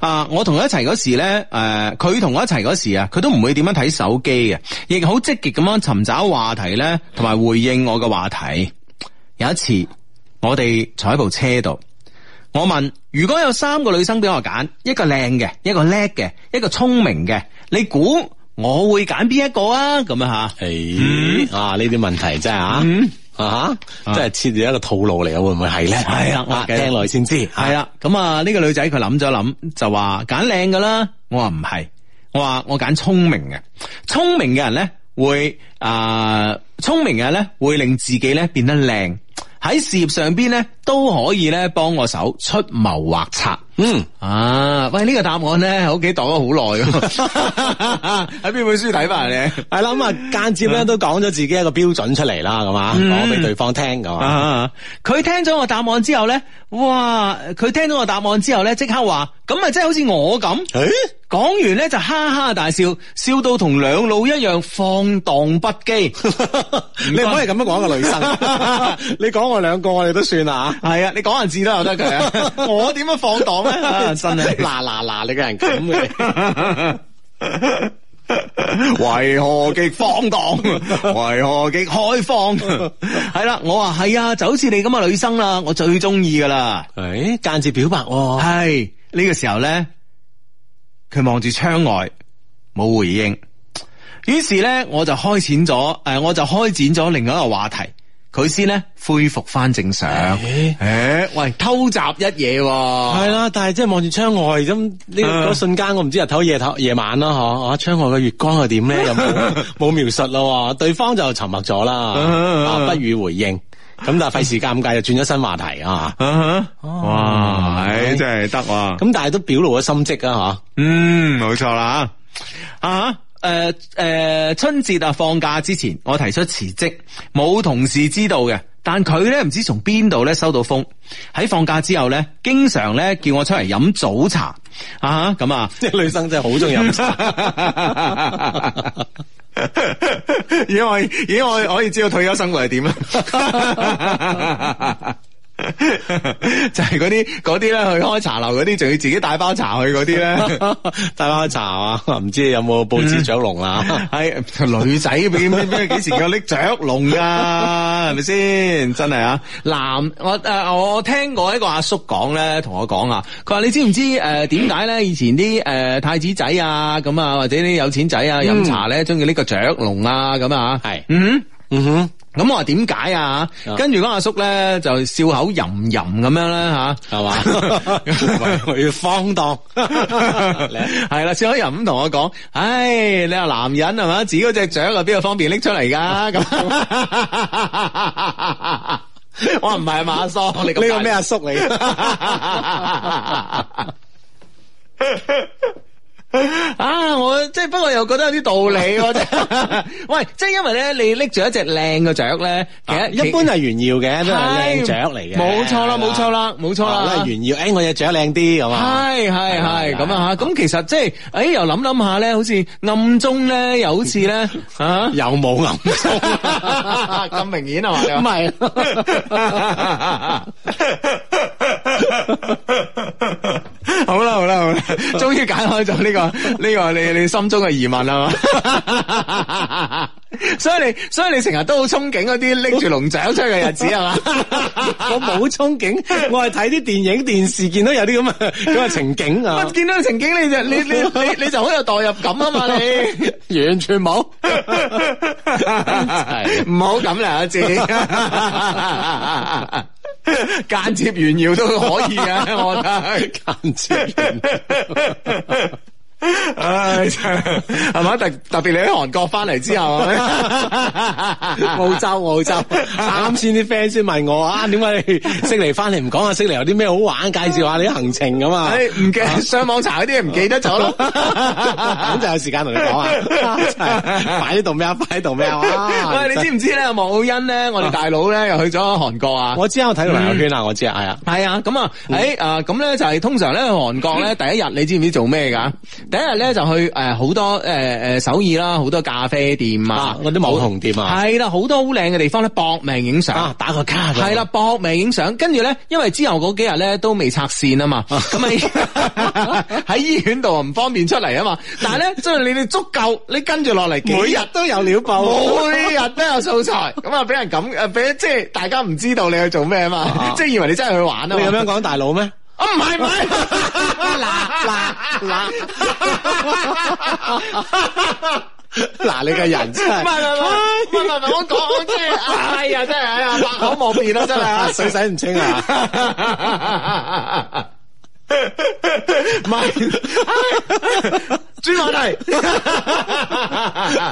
S1: 啊，我同佢一齊嗰時咧，诶、佢同我一齊嗰時啊，佢都唔會點樣睇手機嘅，亦好積極咁樣尋找話題咧，同埋回應我嘅話題。有一次，我哋坐喺部車度，我問：如果有三個女生俾我揀，一個靚嘅，一個叻嘅，一個聰明嘅，你估我會揀邊一個啊？咁樣吓。
S3: 誒啊，呢啲問題真係
S1: 嗯
S3: 啊。啊哈！即係設定一個套路嚟嘅，會唔會係咧？係
S1: 啊我記得
S3: 聽落去先知。
S1: 啊系啦，咁啊呢個女仔佢諗咗諗，就話揀靚噶啦。我話唔係，我話我揀聰明嘅，聰明嘅人咧會啊，聰明嘅人咧會令自己咧變得靚。喺事業上邊咧都可以咧幫我手出謀劃策。嗯啊，喂，呢、個答案咧喺屋企度咗好耐喎， 喺邊本書睇翻嚟？
S3: 系啦，咁啊間接
S1: 嗯
S3: 咧都講咗自己一個標準出嚟啦，咁啊，講俾對方聽咁 啊，
S1: 啊！佢聽咗我答案之後咧，哇！佢聽到我答案之後咧，即刻話：咁咪即係好似我咁。
S3: 誒
S1: 講完咧就哈哈大笑，笑到同兩老一樣放蕩不 羈。
S3: 你唔可以咁樣
S1: 啊
S3: 講個女生，你講我兩個我哋都算啦 嚇
S1: 係啊，你講人字都有得佢。 我點樣放蕩咧？啊 真係。
S3: 嗱嗱嗱，你個人咁嘅。
S1: 为何极放 荡？为何极开 放？系啦，我話係啊，就好似你咁嘅女生啦，我最中意噶啦。
S3: 诶，間接表白喎、
S1: 系呢、個時候咧，佢望住窗外冇回應，於是咧我就開展咗诶、誒我就開展咗另外一個話題。佢先咧恢復翻正常。
S3: 誒
S1: 诶、喂，偷襲一嘢喎！
S3: 係啦，但係即係望住窗外咁呢個嗰瞬間，我唔知日頭夜頭夜晚啦，嗬，啊窗外嘅月光係 點咧，又冇冇描述咯喎，對方就沉默咗啦，啊不予回應，咁但係費事尷尬，就轉咗新話題啊，
S6: 啊哈哇，唉真係得喎。
S3: 咁但係都表露咗心跡啊，
S6: 嗯，冇錯啦。
S1: 啊！诶、诶、春節啊，放假之前，我提出辭職，冇同事知道嘅。但佢咧唔知從邊度咧收到風，喺放假之後咧，經常咧叫我出嚟飲早茶啊 咁啊，
S3: 嚇， 啲女生真係好中意飲 茶，
S6: 已經我已經我可以知道退休生活係點啦。 就係嗰啲嗰啲咧，去開茶樓嗰啲，仲要自己帶包茶去嗰啲咧。
S3: 帶翻茶啊，唔知有冇報紙獎龍啦。
S1: 哎
S6: 系女仔俾俾俾幾時夠拎雀龍噶？係咪先？真係啊！
S1: 男，我诶、呃我聽過一個阿叔講咧，同我講啊，佢話你知唔知诶點解咧？以前啲诶、呃太子仔啊，咁啊，或者啲有錢仔啊，飲茶咧，中意呢個雀龍啊，咁啊，
S3: 係
S1: 嗯。
S3: 嗯哼，
S1: 咁我話點解啊？跟住嗰阿叔咧就笑口吟吟咁樣啦吓，
S3: 係 嘛？我要放 蕩，
S1: 係啦，笑口吟咁同我講：，唉，你話男人係嘛，自己嗰只雀啊，邊度方便拎出嚟㗎？咁。 我話唔係啊嘛，阿 叔，你
S3: 呢個咩啊阿叔嚟？
S1: 啊！我即係不過又覺得有啲道理喎，真係 喂，即係因為咧，你拎住一隻靚嘅雀咧，其實
S3: 啊一般係炫耀嘅，都係靚雀嚟嘅。
S1: 冇錯啦，冇錯啦，冇錯
S3: 啊，都
S1: 啦
S3: 係。炫耀。誒，我隻雀靚啲咁啊。
S1: 系系系咁啊！咁其實即係，诶，又諗諗下咧，好似暗中咧，又好似 啊咧，吓
S3: 又冇暗中，
S1: 咁明顯係嘛？
S3: 係
S1: 好啦好啦好啦，終於解開咗呢、個呢、個你你心中嘅疑問啦嘛。 所以你所以你成日都好憧憬嗰啲拎住龍掌出去嘅日子係嘛？
S3: 我冇憧 憬，我係睇啲電影電視見到有啲咁 嘅咁嘅情景 啊
S1: 乜，見到情景你就你你 你你就好有代入感啊嘛你。
S3: 完全冇。
S1: 唔好咁啦，阿姐。 間接炫耀都可以 嘅，我覺得間接炫耀，唉，真係係咪？特特別你喺韓國翻嚟之後，係咪
S3: 澳洲澳洲，啱先啲 friend 先問我啊，點解你悉尼翻嚟唔講下悉尼有啲咩好玩，介紹下你啲行程咁 啊？
S1: 唉唔記得上網查嗰啲嘢唔記得咗咯。
S3: 咁就有時間同你講啊， 真係快啲讀咩啊，快啲讀咩啊！哇
S1: 喂，你知唔知咧？莫奧恩咧，我
S3: 啊
S1: 哋大佬咧又去咗韓國啊！
S3: 我知啊，我睇到朋友圈啦，我知啊，係啊，
S1: 系啊，咁啊，诶、啊，咁咧就係通常咧，韓國咧第一日你知唔知做咩噶？第一日咧就去诶好、多诶诶、呃首爾啦，好多咖啡店啊
S3: 啊，嗰啲網紅店啊，
S1: 係啦，好多好靚嘅地方咧，搏命影
S3: 啊
S1: 相。
S3: 打個卡咁
S1: 係啦，，搏命影相，跟住咧，因為之後嗰幾日咧都未拆線啊嘛，咁 啊喺醫院度唔方便出嚟啊嘛，但係咧，即係你哋足夠，你跟住落嚟幾
S3: 每日都有料爆，
S1: 每日都有素材，咁啊俾人咁诶，俾即係大家唔知道你去做咩啊嘛，即係以為你真係去玩啊
S3: 你
S1: 嘛
S3: 咁。樣講大佬咩？
S1: 啊，唔係唔係， 嗱嗱
S3: 嗱， 你個人真
S1: 唔係唔係唔係唔
S3: 係
S1: 係唔係，我講即係，哎呀，真係啊
S3: 啊
S1: 哎呀，百口莫辯啦，真係
S3: 水洗唔清啊！
S1: 啊！ 唔哎系，转话题。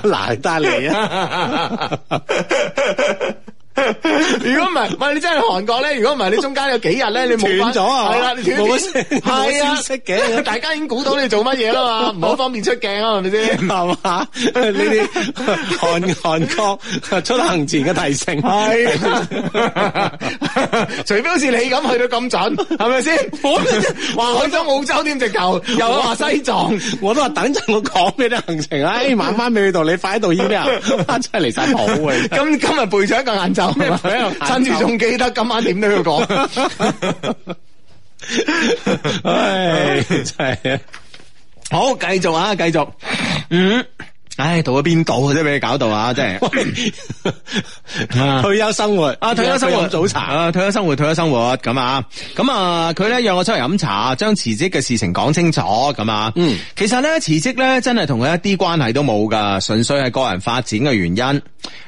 S3: 嗱，得你 啊，
S1: 如果唔係，喂，你真係韓國咧，如果唔係，你中間有幾日咧，你冇返
S3: 斷咗啊
S1: 係啦，你斷
S3: 冇咗聲
S1: 係啊
S3: 冇消息 嘅哦
S1: 大家已經估到你做乜嘢啦嘛，唔好方便出鏡啊，係咪先？
S3: 系嘛？呢 啲韓韓國出行前嘅提醒，
S1: 系，啊除非好似你咁去到咁準，係咪先？我話去咗澳洲添，直頭又
S3: 啊
S1: 話西藏。
S3: 我都話等陣我講俾你行程，唉，哎晚晚未去到，你快喺 度 email，啊真係離晒譜啊！
S1: 今今日背咗一個晏晝，
S3: 咩背咗一個晏晝
S1: 趁住仲記得，今晚點都要講。
S3: 唉，真係啊！
S1: 好，繼續啊，繼續。嗯，唉，到咗邊度啊？真係俾你搞到啊！真係。
S3: 退休生活
S1: 啊，退休生活
S3: 飲早茶，
S1: 啊，退休生活，退休生活咁啊，咁啊，佢咧約我出嚟飲茶，將辭職嘅事情講清楚咁啊。
S3: 嗯，
S1: 其實咧辭職咧真係同佢一啲關係都冇噶，純粹係個人發展嘅原因。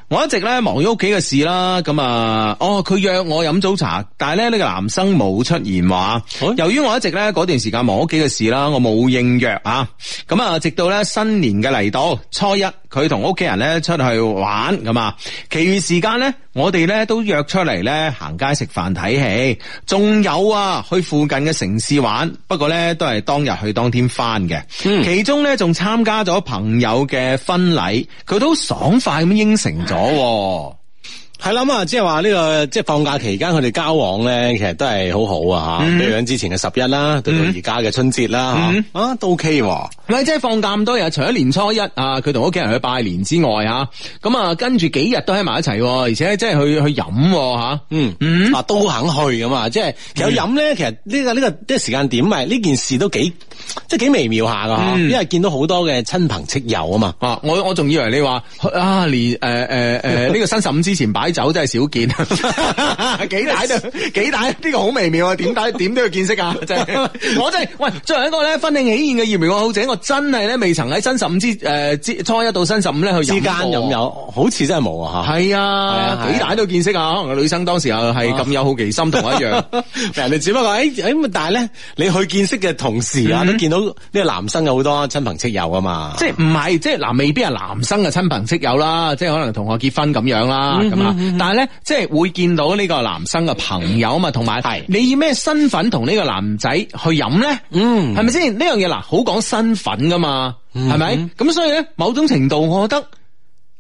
S1: 我一直咧忙於屋企嘅事啦，咁啊，哦，佢約我飲早茶，但係咧呢個男生冇出現話。
S3: 哎
S1: 由於我一直咧嗰段時間忙屋企嘅事啦，我冇應約啊。咁啊，直到咧新年嘅嚟到，初一佢同屋企人咧出去玩咁啊，其餘時間咧我哋咧都約出嚟咧行街食飯睇戲，仲有啊去附近嘅城市玩，不過咧都係當日去當天翻嘅。其中咧仲參加咗朋友嘅婚禮，佢都爽快咁應承咗喎。
S3: 係啦咁啊，即係話呢個即係放假期間佢哋交往咧，其實都係好好啊
S1: 嗯
S3: 吓，比如講之前嘅十一啦，到到而家嘅春節啦吓，啊都 OK 喎，
S1: 咪即係放假咁多日，除咗年初一啊，佢同屋企人去拜年之外啊，咁啊跟住幾日都喺埋一齊喎，而且即係去去飲喎吓。
S3: 嗯
S1: 嗯
S3: 啊都肯去咁啊，即係其實有飲咧，其實呢個呢個呢個時間點咪呢件事都幾即係幾微妙下噶吓，
S1: 嗯
S3: 因為見到好多嘅親朋戚友啊嘛。
S1: 啊！我我仲以為你話啊，連誒誒誒 呃呢個新十五之前擺酒真係少見，幾大都幾大，呢、個好微妙 啊！點大點都要見識啊！真係，我真係喂，作為一個咧婚慶喜宴嘅業餘愛好者，我真係咧未曾喺新十五之誒、之初一到新十五咧去
S3: 之間
S1: 飲
S3: 咁
S1: 過。
S3: 有，好似真係冇啊
S1: 係
S3: 啊係
S1: 啊
S3: 啊，
S1: 幾大都要見識啊！可能個女生當時又係咁有好奇心，同我一 樣。
S3: 吓。人哋只不過誒誒，但係咧，你去見識嘅同時啊，都見到呢個男生有好多親朋戚友啊嘛。
S1: 嗯即係唔係，即係嗱，未必係男生嘅親朋戚友啦，即係可能同學結婚咁樣啦，
S3: 嗯
S1: 咁啊、但係咧，即係會見到呢個男生嘅朋友啊嘛，同埋
S3: 係
S1: 你以咩身份同呢個男仔去飲咧？
S3: 嗯
S1: 係咪先？呢樣嘢嗱，好講身份噶嘛，係咪、咁所以咧，某種程度我覺得。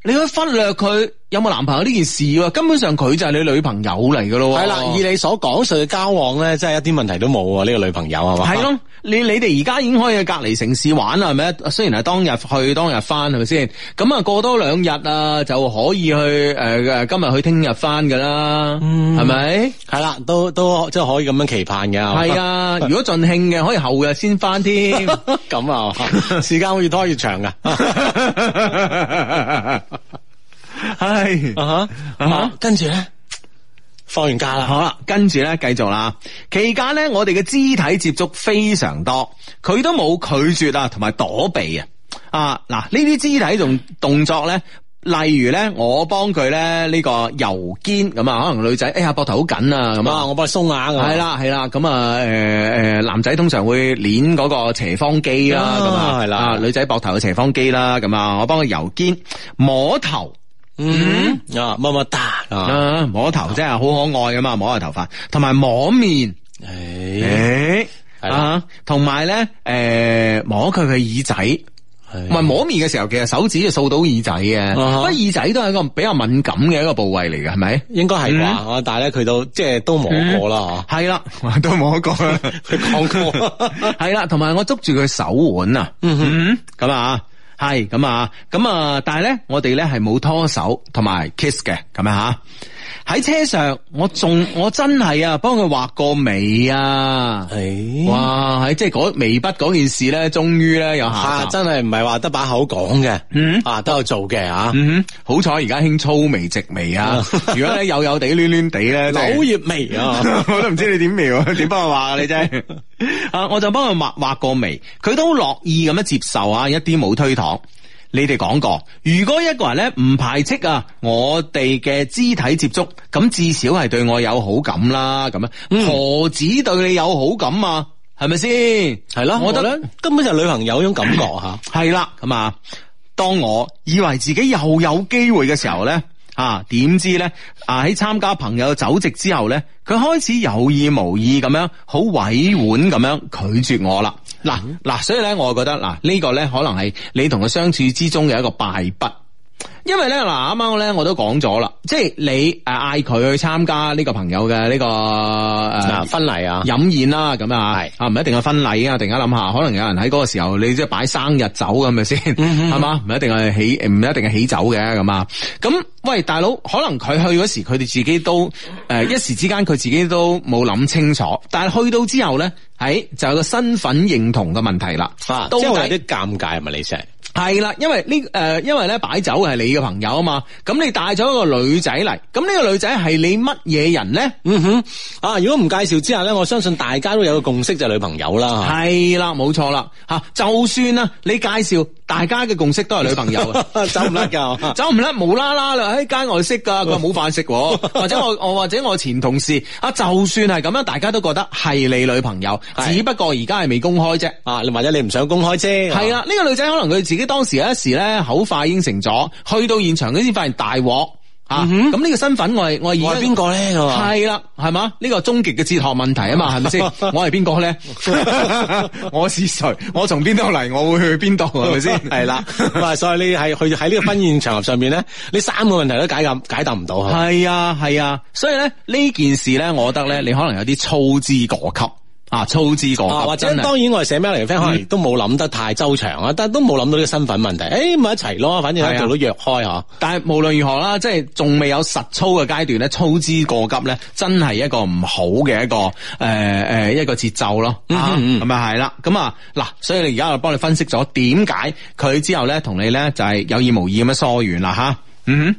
S1: 你可以忽略佢有冇男朋友呢件事喎，根本上佢就係你女朋友嚟噶咯喎。
S3: 係啦，以你所講述嘅交往咧，真係一啲問題都冇啊！呢個女朋友係 嘛？
S1: 系咯，你你哋而家已經可以去隔離城市玩啦，係咪？雖然係當日去當日翻，係咪先？咁啊，過多兩日啊，就可以去诶诶、呃今日去聽日翻噶啦，係咪、
S3: 係啦，都都即係可以咁樣期盼嘅。係
S1: 係
S3: 嘛
S1: 啊，如果盡興嘅，可以後日先翻添。
S3: 咁啊，時間會越拖越長噶。
S1: 唉。哈
S3: 啊哈，啊跟住咧，放完假啦，
S1: 好啦，跟住咧繼續啦。期間咧，我哋嘅肢體接觸非常多，佢都冇拒絕啊，同埋躲避啊。啊，嗱，呢啲肢體動動作咧。例如咧，我幫佢咧呢個油肩咁啊，可能女仔哎呀膊頭好緊啊咁
S3: 啊，
S1: 啊，
S3: 我幫你鬆下咁。
S1: 係，啦係啦，咁啊誒誒男仔通常會捻嗰個斜方肌啦，咁啊
S3: 啊係啦
S1: 啊女仔膊頭嘅斜方肌啦，咁啊我幫佢油肩摸頭。
S3: 嗯啊，么么噠啊，
S1: 啊，摸頭真係好可愛噶嘛，摸下頭髮，同埋摸面，
S3: 誒
S1: 诶、
S3: 係啦
S1: 啊，同埋咧，诶、摸佢嘅耳仔。唔係摸面嘅時候，其實手指就掃到耳仔嘅，不
S3: 啊哈
S1: 過耳仔都係一個比較敏感嘅一個部位嚟嘅，係咪？
S3: 應該係啩，啊但係咧佢都即係都摸過啦，
S1: 係啦，我都摸過啦，
S3: 嗬， 佢講過，
S1: 係啦，同埋我捉住佢手腕啊，嗯咁啊，係咁啊，咁啊，但係咧，我哋咧係冇拖手同埋 kiss 嘅，咁樣吓。喺車上，我仲我真係啊，幫佢畫過眉
S3: 嗯
S1: 啊，
S3: 誒
S1: 哇，係即係嗰眉筆嗰件事咧，終於咧有下
S3: 啊，
S1: 集。
S3: 真係唔係話得把口講嘅，
S1: 嗯
S3: 啊，都有做嘅啊。
S1: 嗯哼，好彩而家興粗眉直眉啊！如果咧有有地攣攣地 咧，真係
S3: 柳葉眉啊，
S1: 我都唔知你點 描，點幫我畫啊你真係啊！我就幫佢畫畫個眉，佢都樂意咁樣接受啊，一啲冇推搪。你哋講過，如果一個人咧唔排斥啊，我哋嘅肢體接觸，
S3: 嗯
S1: 咁至少係對我有好感啦，咁樣何止對你有好感啊？係咪先？
S3: 系咯，
S1: 我
S3: 我
S1: 覺
S3: 覺
S1: 得
S3: 得根本就旅行有一種感覺吓，
S1: 係啦，咁啊，當我以為自己又有機會嘅時候咧，啊，點知咧啊喺參加朋友酒席之後咧，佢開始有意無意咁樣好委婉咁樣拒絕我啦。嗱嗱，所以咧，我覺得嗱呢個咧，可能係你同佢相處之中嘅一個敗筆。因為咧嗱，啱啱咧我都講咗啦，即係你诶嗌佢去參加呢個朋友嘅呢、個个呃
S3: 嗱
S1: 诶
S3: 婚禮 啊，
S1: 飲宴啦，咁啊
S3: 係
S1: 啊唔一定係婚禮啊，突然間諗下，可能有人喺嗰個時候你即係擺生日酒咁係咪先，
S3: 嗯
S1: 係嘛？唔一定係喜唔一定係喜酒嘅咁啊。咁喂大佬，可能佢去嗰時佢哋自己都诶一時之間佢自己都冇諗清楚，但係去到之後咧，喺就有個身份認同嘅問題啦。
S3: 啊
S1: 到
S3: 即係
S1: 底
S3: 會有啲尷尬係咪你成？
S1: 系啦，因为呢诶、呃因为咧摆酒係你嘅朋友啊嘛，咁你帶咗一個女仔嚟，咁呢個女仔係你乜嘢人咧？
S3: 嗯哼，啊，如果唔介紹之下咧，我相信大家都有個共識就係女朋友啦。啊
S1: 係啦，冇錯啦，吓就算啊，你介紹大家嘅共識都係女朋友 啊。
S3: 嚇走唔甩噶，
S1: 走唔甩，無啦啦啦喺街外識噶，佢話冇飯食喎，或者我我或者我前同事啊，就算係咁樣，大家都覺得係你女朋友，
S3: 係
S1: 只不過而家係未公開啫。
S3: 啊，你或者你唔想公開啫，啊
S1: 係啦，啊呢、個女仔可能佢自己當時有一時咧口快應承咗，去到現場佢先發現大鑊啊！咁呢、個身份我係我係
S3: 我係邊個咧？咁啊
S1: 系啦，係嘛？呢個終極嘅哲學問題啊嘛， 係咪先？我係邊個咧？我是誰？我從邊度嚟？我會去邊 度？ 係咪先？
S3: 係啦，咁啊，所以你係去喺呢個婚宴場合上面咧，呢三個問題都解答解答唔到啊
S1: 係啊，係啊，所以咧呢件事咧，我覺得咧，你可能有啲操之過急啊，操之過急，
S3: 啊，或者
S1: 真係嗯
S3: 當然我哋寫 mail 嚟嘅 friend 可能都冇諗得太周詳啊，但都冇諗到呢個身份問題。誒，咪一齊咯，反正
S1: 係啊
S3: 喺度都約開嚇。
S1: 但係無論如何啦，即係仲未有實操嘅階段咧，操之過急咧，真係一個唔好嘅一個誒誒、呃一個節奏咯。啊
S3: 嗯嗯
S1: 咁啊係啦，咁啊嗱，所以你而家我幫你分析咗點解佢之後咧同你咧就係、有意無意咁樣疏遠啦吓。嗯哼，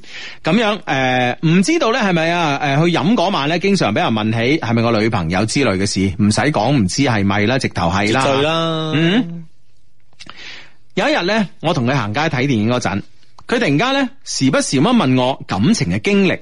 S1: 咁樣誒，呃唔、知道咧係咪啊？誒、去飲嗰晚咧，經常俾人問起係咪我女朋友之類嘅事，唔使講，唔知係咪啦，直頭係啦，
S3: 對啦，
S1: 嗯，有一日咧，我同佢行街睇電影嗰陣，佢突然間咧時不時咁問我感情嘅經歷，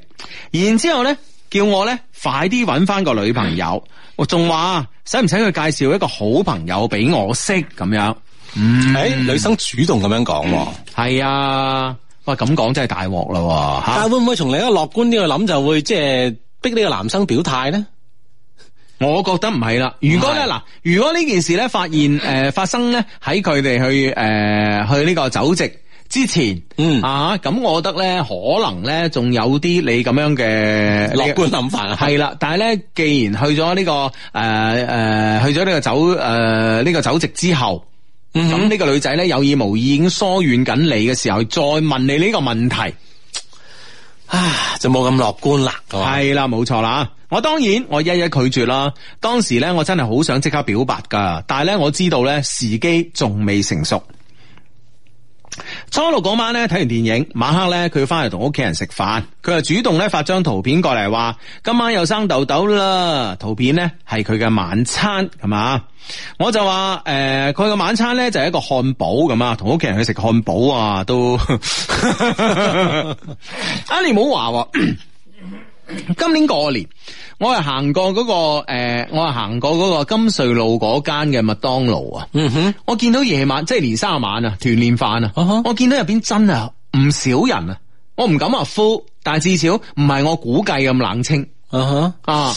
S1: 然之後咧叫我咧快啲揾翻個女朋友，我仲話使唔使佢介紹一個好朋友俾我識咁樣？
S3: 誒，
S1: 嗯
S3: 女生主動咁樣講喎。
S1: 係啊，喂咁講真係大鑊啦吓！
S3: 但係會唔會從另一個樂觀啲去諗，就會即係逼呢個男生表態咧？
S1: 我覺得唔係啦。如果咧
S3: 唔係
S1: 嗱，如果呢件事咧發現誒、呃、發生咧喺佢哋去誒、呃去呢個酒席。之前，
S3: 嗯
S1: 啊，咁我覺得咧，可能咧，仲有啲你咁樣嘅
S3: 樂觀諗法啊，
S1: 系啦，但系咧，既然去咗呢、個个诶诶、呃去咗呢個酒诶呢、個酒席之後，咁
S3: 嗯
S1: 呢、個女仔咧有意無意已經疏遠緊你嘅時候，再問你呢個問題，
S3: 啊，就冇咁啊樂觀啦，係嘛？
S1: 係啦，冇錯啦。啊我當然我一一拒絕啦。當時咧，我真係好想即刻表白噶，但係咧，我知道咧時機仲未成熟。初六嗰晚咧睇完電影，晚黑咧佢要翻嚟同屋企人食飯，佢就主動咧發張圖片過嚟話今晚又生痘痘啦。圖片咧係佢嘅晚餐，係嘛？我就話誒，呃佢、嘅晚餐咧就係一個漢堡咁啊，同屋企人去食漢堡啊，都 啊你唔好話喎。今年過年，我係行過嗰、個呃我係行過嗰個金穗路嗰間嘅麥當勞啊。
S3: 嗯哼，
S1: 我見到夜晚即係年卅晚啊，團年飯啊
S3: 啊哈
S1: 我見到入邊真係唔少人啊，我唔敢話 full，但係至少唔係我估計咁冷清
S3: 啊
S1: 啊，
S3: 哈，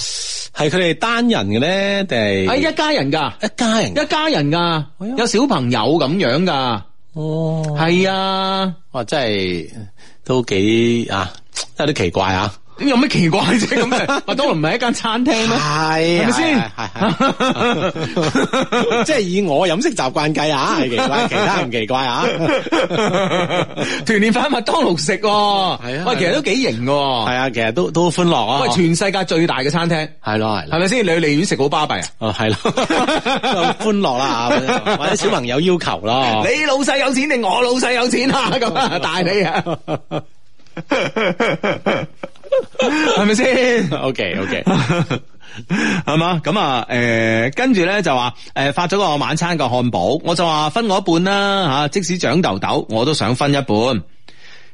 S3: 係佢哋單人嘅咧，定
S1: 係
S3: 係
S1: 啊一家人㗎，
S3: 一家人？
S1: 一家人㗎，
S3: 哎呀
S1: 有小朋友咁樣㗎，
S3: 哦，
S1: 係啊。
S3: 哇，真係都幾啊，有啲奇怪啊！
S1: 咁有咩奇怪啫？咁咪 麥當勞唔係一間餐廳咩？
S3: 係
S1: 係咪先
S3: 係係 即係以我飲食習慣計啊，係奇 怪，其他唔奇怪啊。
S1: 團年飯喺麥當勞食喎，
S3: 係啊
S1: 喂，其實都幾型嘅
S3: 係
S1: 喎。
S3: 啊，其實都都歡樂啊。
S1: 喂，全世界最大嘅餐廳，
S3: 係咯係咯
S1: 係。咪先？你去利苑食好巴閉啊？
S3: 哦，係咯，就歡樂啦，或者小朋友要求咯。
S1: 你老細有錢定我老細有錢啊？咁啊，大你啊！係咪先？
S3: O K O K，
S1: 係嘛？咁啊，诶、跟住咧就話诶、誒發咗個晚餐嘅漢堡，我就話分我一半啦吓、即使長痘痘，我都想分一半。佢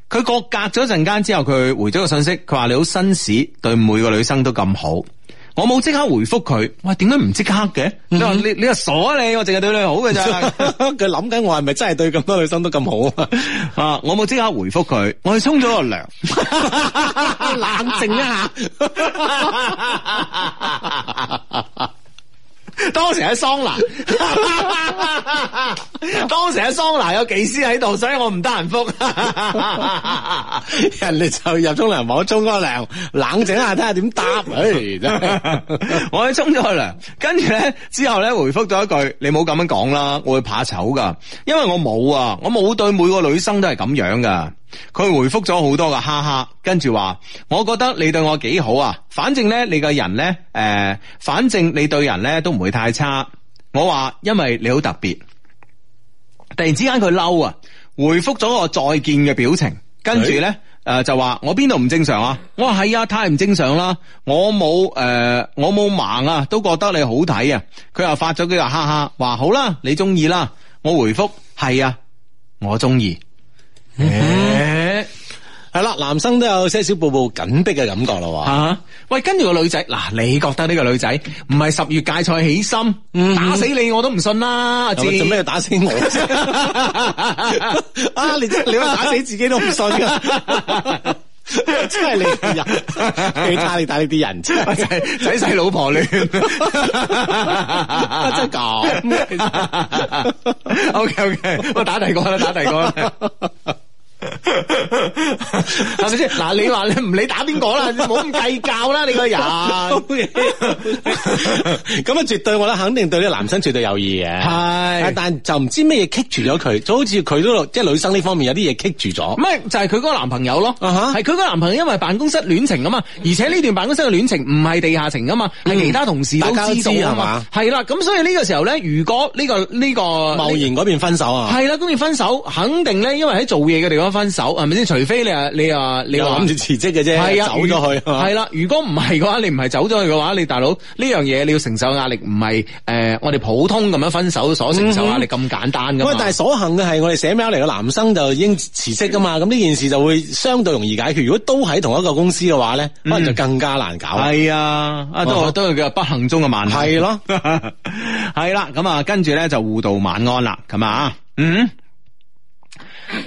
S1: 各隔咗陣間之後，佢回咗個信息，佢話你好紳士，對每個女生都咁好。我冇即刻回覆佢，喂，點解唔即刻嘅？你話你你話傻啊你，我淨係對你好嘅咋。
S3: 佢諗緊我係咪真係對咁多女生都咁好啊？
S1: 啊！我冇即刻回覆佢，我去沖咗個涼。
S3: 啊冷靜一下，
S1: 當時喺桑拿，當時喺桑拿有技師喺度，所以我唔得閒覆。
S3: 人哋就入沖涼房沖個涼，冷靜一下睇下點答。唉，真係
S1: 我去沖咗個涼，跟住咧之後咧回覆咗一句：你冇咁樣講啦，我會怕醜噶，因為我冇啊，我冇對每個女生都係咁樣噶。佢回覆咗好多個哈哈，跟住話：我覺得你對我幾好啊，反正咧你個人咧，誒、反正你對人咧都唔會太差。我話因為你好特別。突然之間佢嬲啊，回覆咗我再見嘅表情，跟住咧。誒、就話我邊度唔正常啊？我話係啊，太唔正常啦！我冇誒、呃我冇盲啊，都覺得你好睇啊！佢又發咗幾個哈哈，話好啦，你中意啦。我回覆係啊，我中意。誒
S3: 係啦，男生都有些少步步緊迫嘅感覺啦喎。
S1: 啊！喂，跟住個女仔，嗱，你覺得呢個女仔唔係十月芥菜起心，打死你我都唔信啦！阿
S3: 係嗯咪
S1: 志
S3: 做咩要打死我啫？啊！你真你話打死自己都唔信噶，真係你個人，你睇你打你啲人真係
S1: 仔 仔細老婆亂， 真係 咁。O K O K，我打第二個啦，打第二個啦。 係咪先？嗱，你話你唔理打邊個啦，你冇咁計較啦，你個 人。
S3: 咁啊，絕對我咧肯定對呢個男生絕對有意嘅。
S1: 係
S3: 但就唔知咩嘢棘住咗佢，就好似佢都即係女生呢方面有啲嘢棘住咗。
S1: 咩就係佢嗰個男朋友咯，
S3: 啊哈
S1: 係佢嗰個男朋友因為辦公室戀情啊嘛，而且呢段辦公室嘅戀情唔係地下情啊嘛，係其他同事都
S3: 大家都知
S1: 知道啊
S3: 係嘛
S1: 嘛，係啦，咁所以呢個時候咧，如果呢個呢個
S3: 貿然嗰邊分手啊，
S1: 係啦，公然分手，肯定咧，因為喺做嘢嘅地方分手，係咪先？除非你啊，你啊，你
S3: 你
S1: 話
S3: 諗住辭職嘅啫，
S1: 係啊，
S3: 走咗去
S1: 係啦，如果唔係嘅話，你唔係走咗去嘅話，你大佬呢樣嘢你要承受嘅壓力，唔係誒我哋普通咁樣分手所承受壓力咁簡單噶嘛
S3: 喂，。啊但係所幸嘅係，我哋寫 mail 嚟嘅男生就已經辭職噶嘛，咁呢件事就會相對容易解決。如果都喺同一個公司嘅話咧，可能就更加難搞。
S1: 係啊，啊都
S3: 啊
S1: 都係叫不幸中嘅萬幸。
S3: 係 咯，
S1: 係啦，咁啊，跟住咧就互道晚安啦，咁啊，嗯。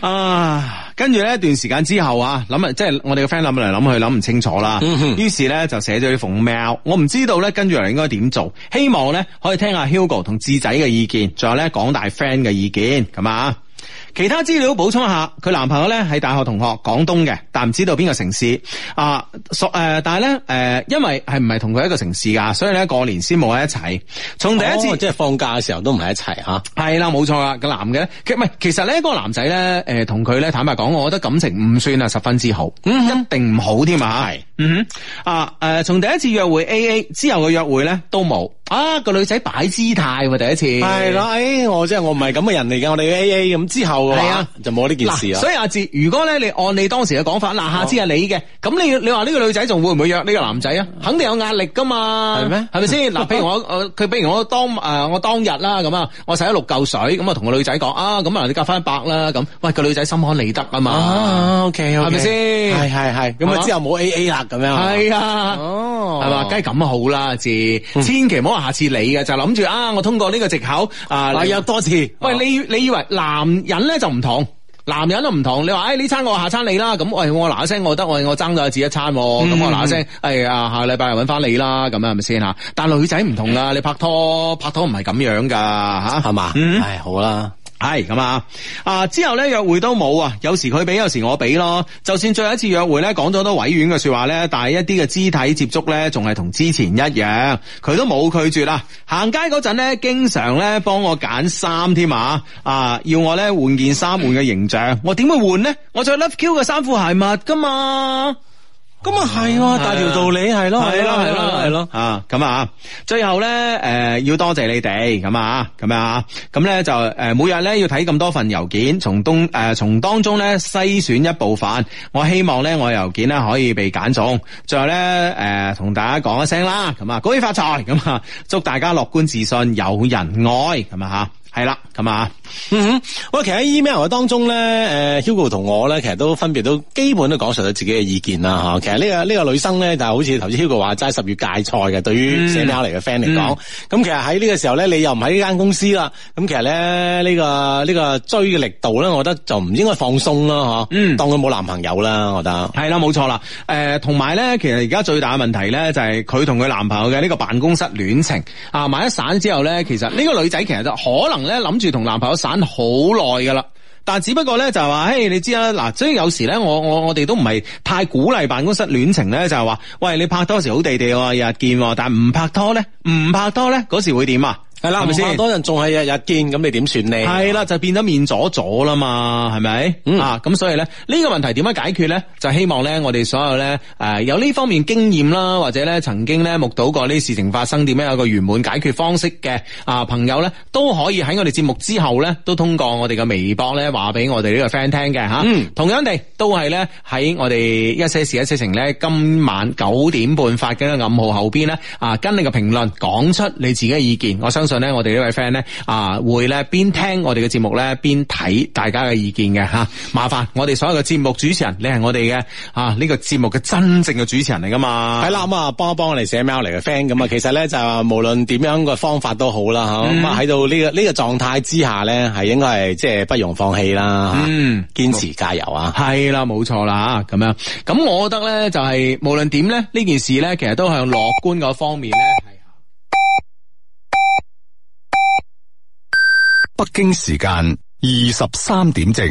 S1: 啊，跟住呢一段時間之後啊，諗啊，即係我哋個 friend 諗嚟諗去諗唔清楚啦，
S3: 嗯
S1: 於是呢，就寫咗呢封 mail。我唔知道呢，跟住嚟應該點做，希望呢，可以聽下 Hugo 同志仔嘅意見，仲有呢廣大 friend 嘅意見，咁啊。其他資料補充一下，佢男朋友呢係大學同學，廣東嘅，但唔知道邊個城市啊。所誒、呃但係呢，誒、因為係唔係同佢一個城市㗎，所以呢，過年先冇喺一齊。從第一次、
S3: 哦即係放假嘅時候都唔係一齊吓。
S1: 係啦，冇錯啦，個男嘅咧，其唔係，其實咧，嗰個男仔咧，誒，同佢咧，坦白講，我覺得感情唔算係啊十分之好，一定唔好添啊，係，嗯哼，啊，誒、從第一次約會 A A 之後嘅約會咧都冇，啊，個女仔擺姿態喎，第一次，
S3: 係啦，誒，我即係我唔係咁嘅人嚟嘅，我哋 A A 咁之後嘅
S1: 係
S3: 話
S1: 啊
S3: 就冇呢件事哦
S1: 嗱，
S3: 啦。
S1: 所以阿哲，如果咧你按你當時嘅講法，嗱，下次係你嘅，咁你你話呢個女仔仲會唔會約呢個男仔啊？肯定有壓力噶嘛，
S3: 嗯係咩
S1: 係咪 先？嗱，譬如我我佢，譬如我當誒我當日啦咁啊，我使咗六嚿水，咁啊同個女仔講啊，咁啊你夾翻一百啦，咁喂個女仔心安理得啊嘛，
S3: 啊，OK，
S1: 係咪先
S3: 係係係，
S1: 係
S3: 咁啊
S1: 嘛
S3: 之後冇 A A 啦，咁樣啊
S1: 係啊。
S3: 哦
S1: 係嘛，梗係咁好啦，阿哲，千祈唔好話下次你嘅，就諗住啊，我通過呢個藉口啊，
S3: 嗱，
S1: 你
S3: 約多次。
S1: 喂，你你以為男人咧就唔同？男人都唔同，你話誒呢餐我下餐你啦，咁喂我嗱嗱聲，我覺得喂我爭咗自己一餐喎，
S3: 嗯
S1: 咁、我嗱嗱聲，誒啊下禮拜又揾翻你啦，咁樣係咪先吓？但女仔唔同噶，你拍拖拍拖唔係咁樣噶吓，
S3: 係嘛？
S1: 嗯
S3: 唉，好啦，
S1: 係咁啊！啊之後咧約會都冇啊，有時佢俾，有時我俾咯。就算最後一次約會咧講咗多委婉嘅說話咧，但係一啲嘅肢體接觸咧，仲係同之前一樣，佢都冇拒絕啦。行街嗰陣咧，經常咧幫我揀衫添啊！啊，要我咧換件衫換嘅形象，我點會換呢？我着 Love Q 嘅衫褲鞋襪噶嘛。
S3: 咁啊係喎，大條道理係咯，
S1: 係咯係咯
S3: 係咯。
S1: 啊咁啊，最後咧誒、呃要多謝你哋咁啊咁啊，咁咧就誒、呃每日咧要睇咁多份郵件，從東誒從當中咧篩選一部分，我希望咧我郵件咧可以被揀中，最後咧誒同大家講一聲啦，咁啊恭喜發財咁啊，祝大家樂觀自信有人愛咁啊吓。係啦，咁啊，
S3: 嗯哼，喂，其實喺 email 嘅當中咧，誒、Hugo 同我咧，其實都分別都基本都講述咗自己嘅意見啦，吓。其實呢、個呢、個女生咧，就係好似頭先 Hugo 話齋十月界賽嘅，對於寫 mail 嚟嘅 friend 嚟講，咁、其實喺呢個時候咧，你又唔喺呢間公司啦，咁其實咧呢、個呢、個追嘅力度咧，我覺得就唔應該放鬆啦，吓。
S1: 嗯
S3: 當佢冇男朋友啦，我覺得。
S1: 係啦，冇錯啦。誒、同埋咧，其實而家最大嘅問題咧，就係佢同佢男朋友嘅呢個辦公室戀情啊，買咗散之後咧，其實呢個女仔其實就可能咧諗住同男朋友散好耐噶啦。但只不過咧就係話，誒你知啦，嗱，所以有時咧，我我我哋都唔係太鼓勵辦公室戀情咧，就係話，喂，你拍拖時好地地喎，日日見喎，但唔拍拖咧，唔拍拖咧，嗰時會點啊？
S3: 係啦，
S1: 係咪先
S3: 唔怕多人仲係日日見，咁你點算呢？
S1: 係啦，就變咗面阻阻啦嘛，係咪？啊，咁所以咧，呢、個問題點樣解決咧？就希望咧，我哋所有咧誒、呃有呢方面經驗啦，或者咧曾經咧目睹過呢啲事情發生，點樣有一個圓滿解決方式嘅啊朋友咧，都可以喺我哋節目之後咧，都通過我哋嘅微博咧話俾我哋呢個 friend 聽嘅吓。同樣地，都係咧喺我哋一些事一些情咧，今晚九點半發嘅暗號後邊咧啊，跟你嘅評論講出你自己嘅意見。我相信咧，我哋呢位 friend 咧啊，會咧邊聽我哋嘅節目咧，邊睇大家嘅意見嘅吓、麻煩我哋所有嘅節目主持人，你係我哋嘅啊呢、個節目嘅真正嘅主持人嚟噶嘛？
S3: 係啦，咁啊，幫一幫我哋寫 mail 嚟嘅 friend，咁啊，其實咧就係無論點樣嘅方法都好啦，吓咁啊喺到呢個呢個狀態之下咧，係應該係即係不容放棄啦，
S1: 嗯，
S3: 堅持加油啊！
S1: 係啦，冇錯啦，咁樣。咁我覺得咧，就係、無論點咧，呢件事咧，其實都向樂觀嗰方面咧。
S7: 北京時間二十三點正。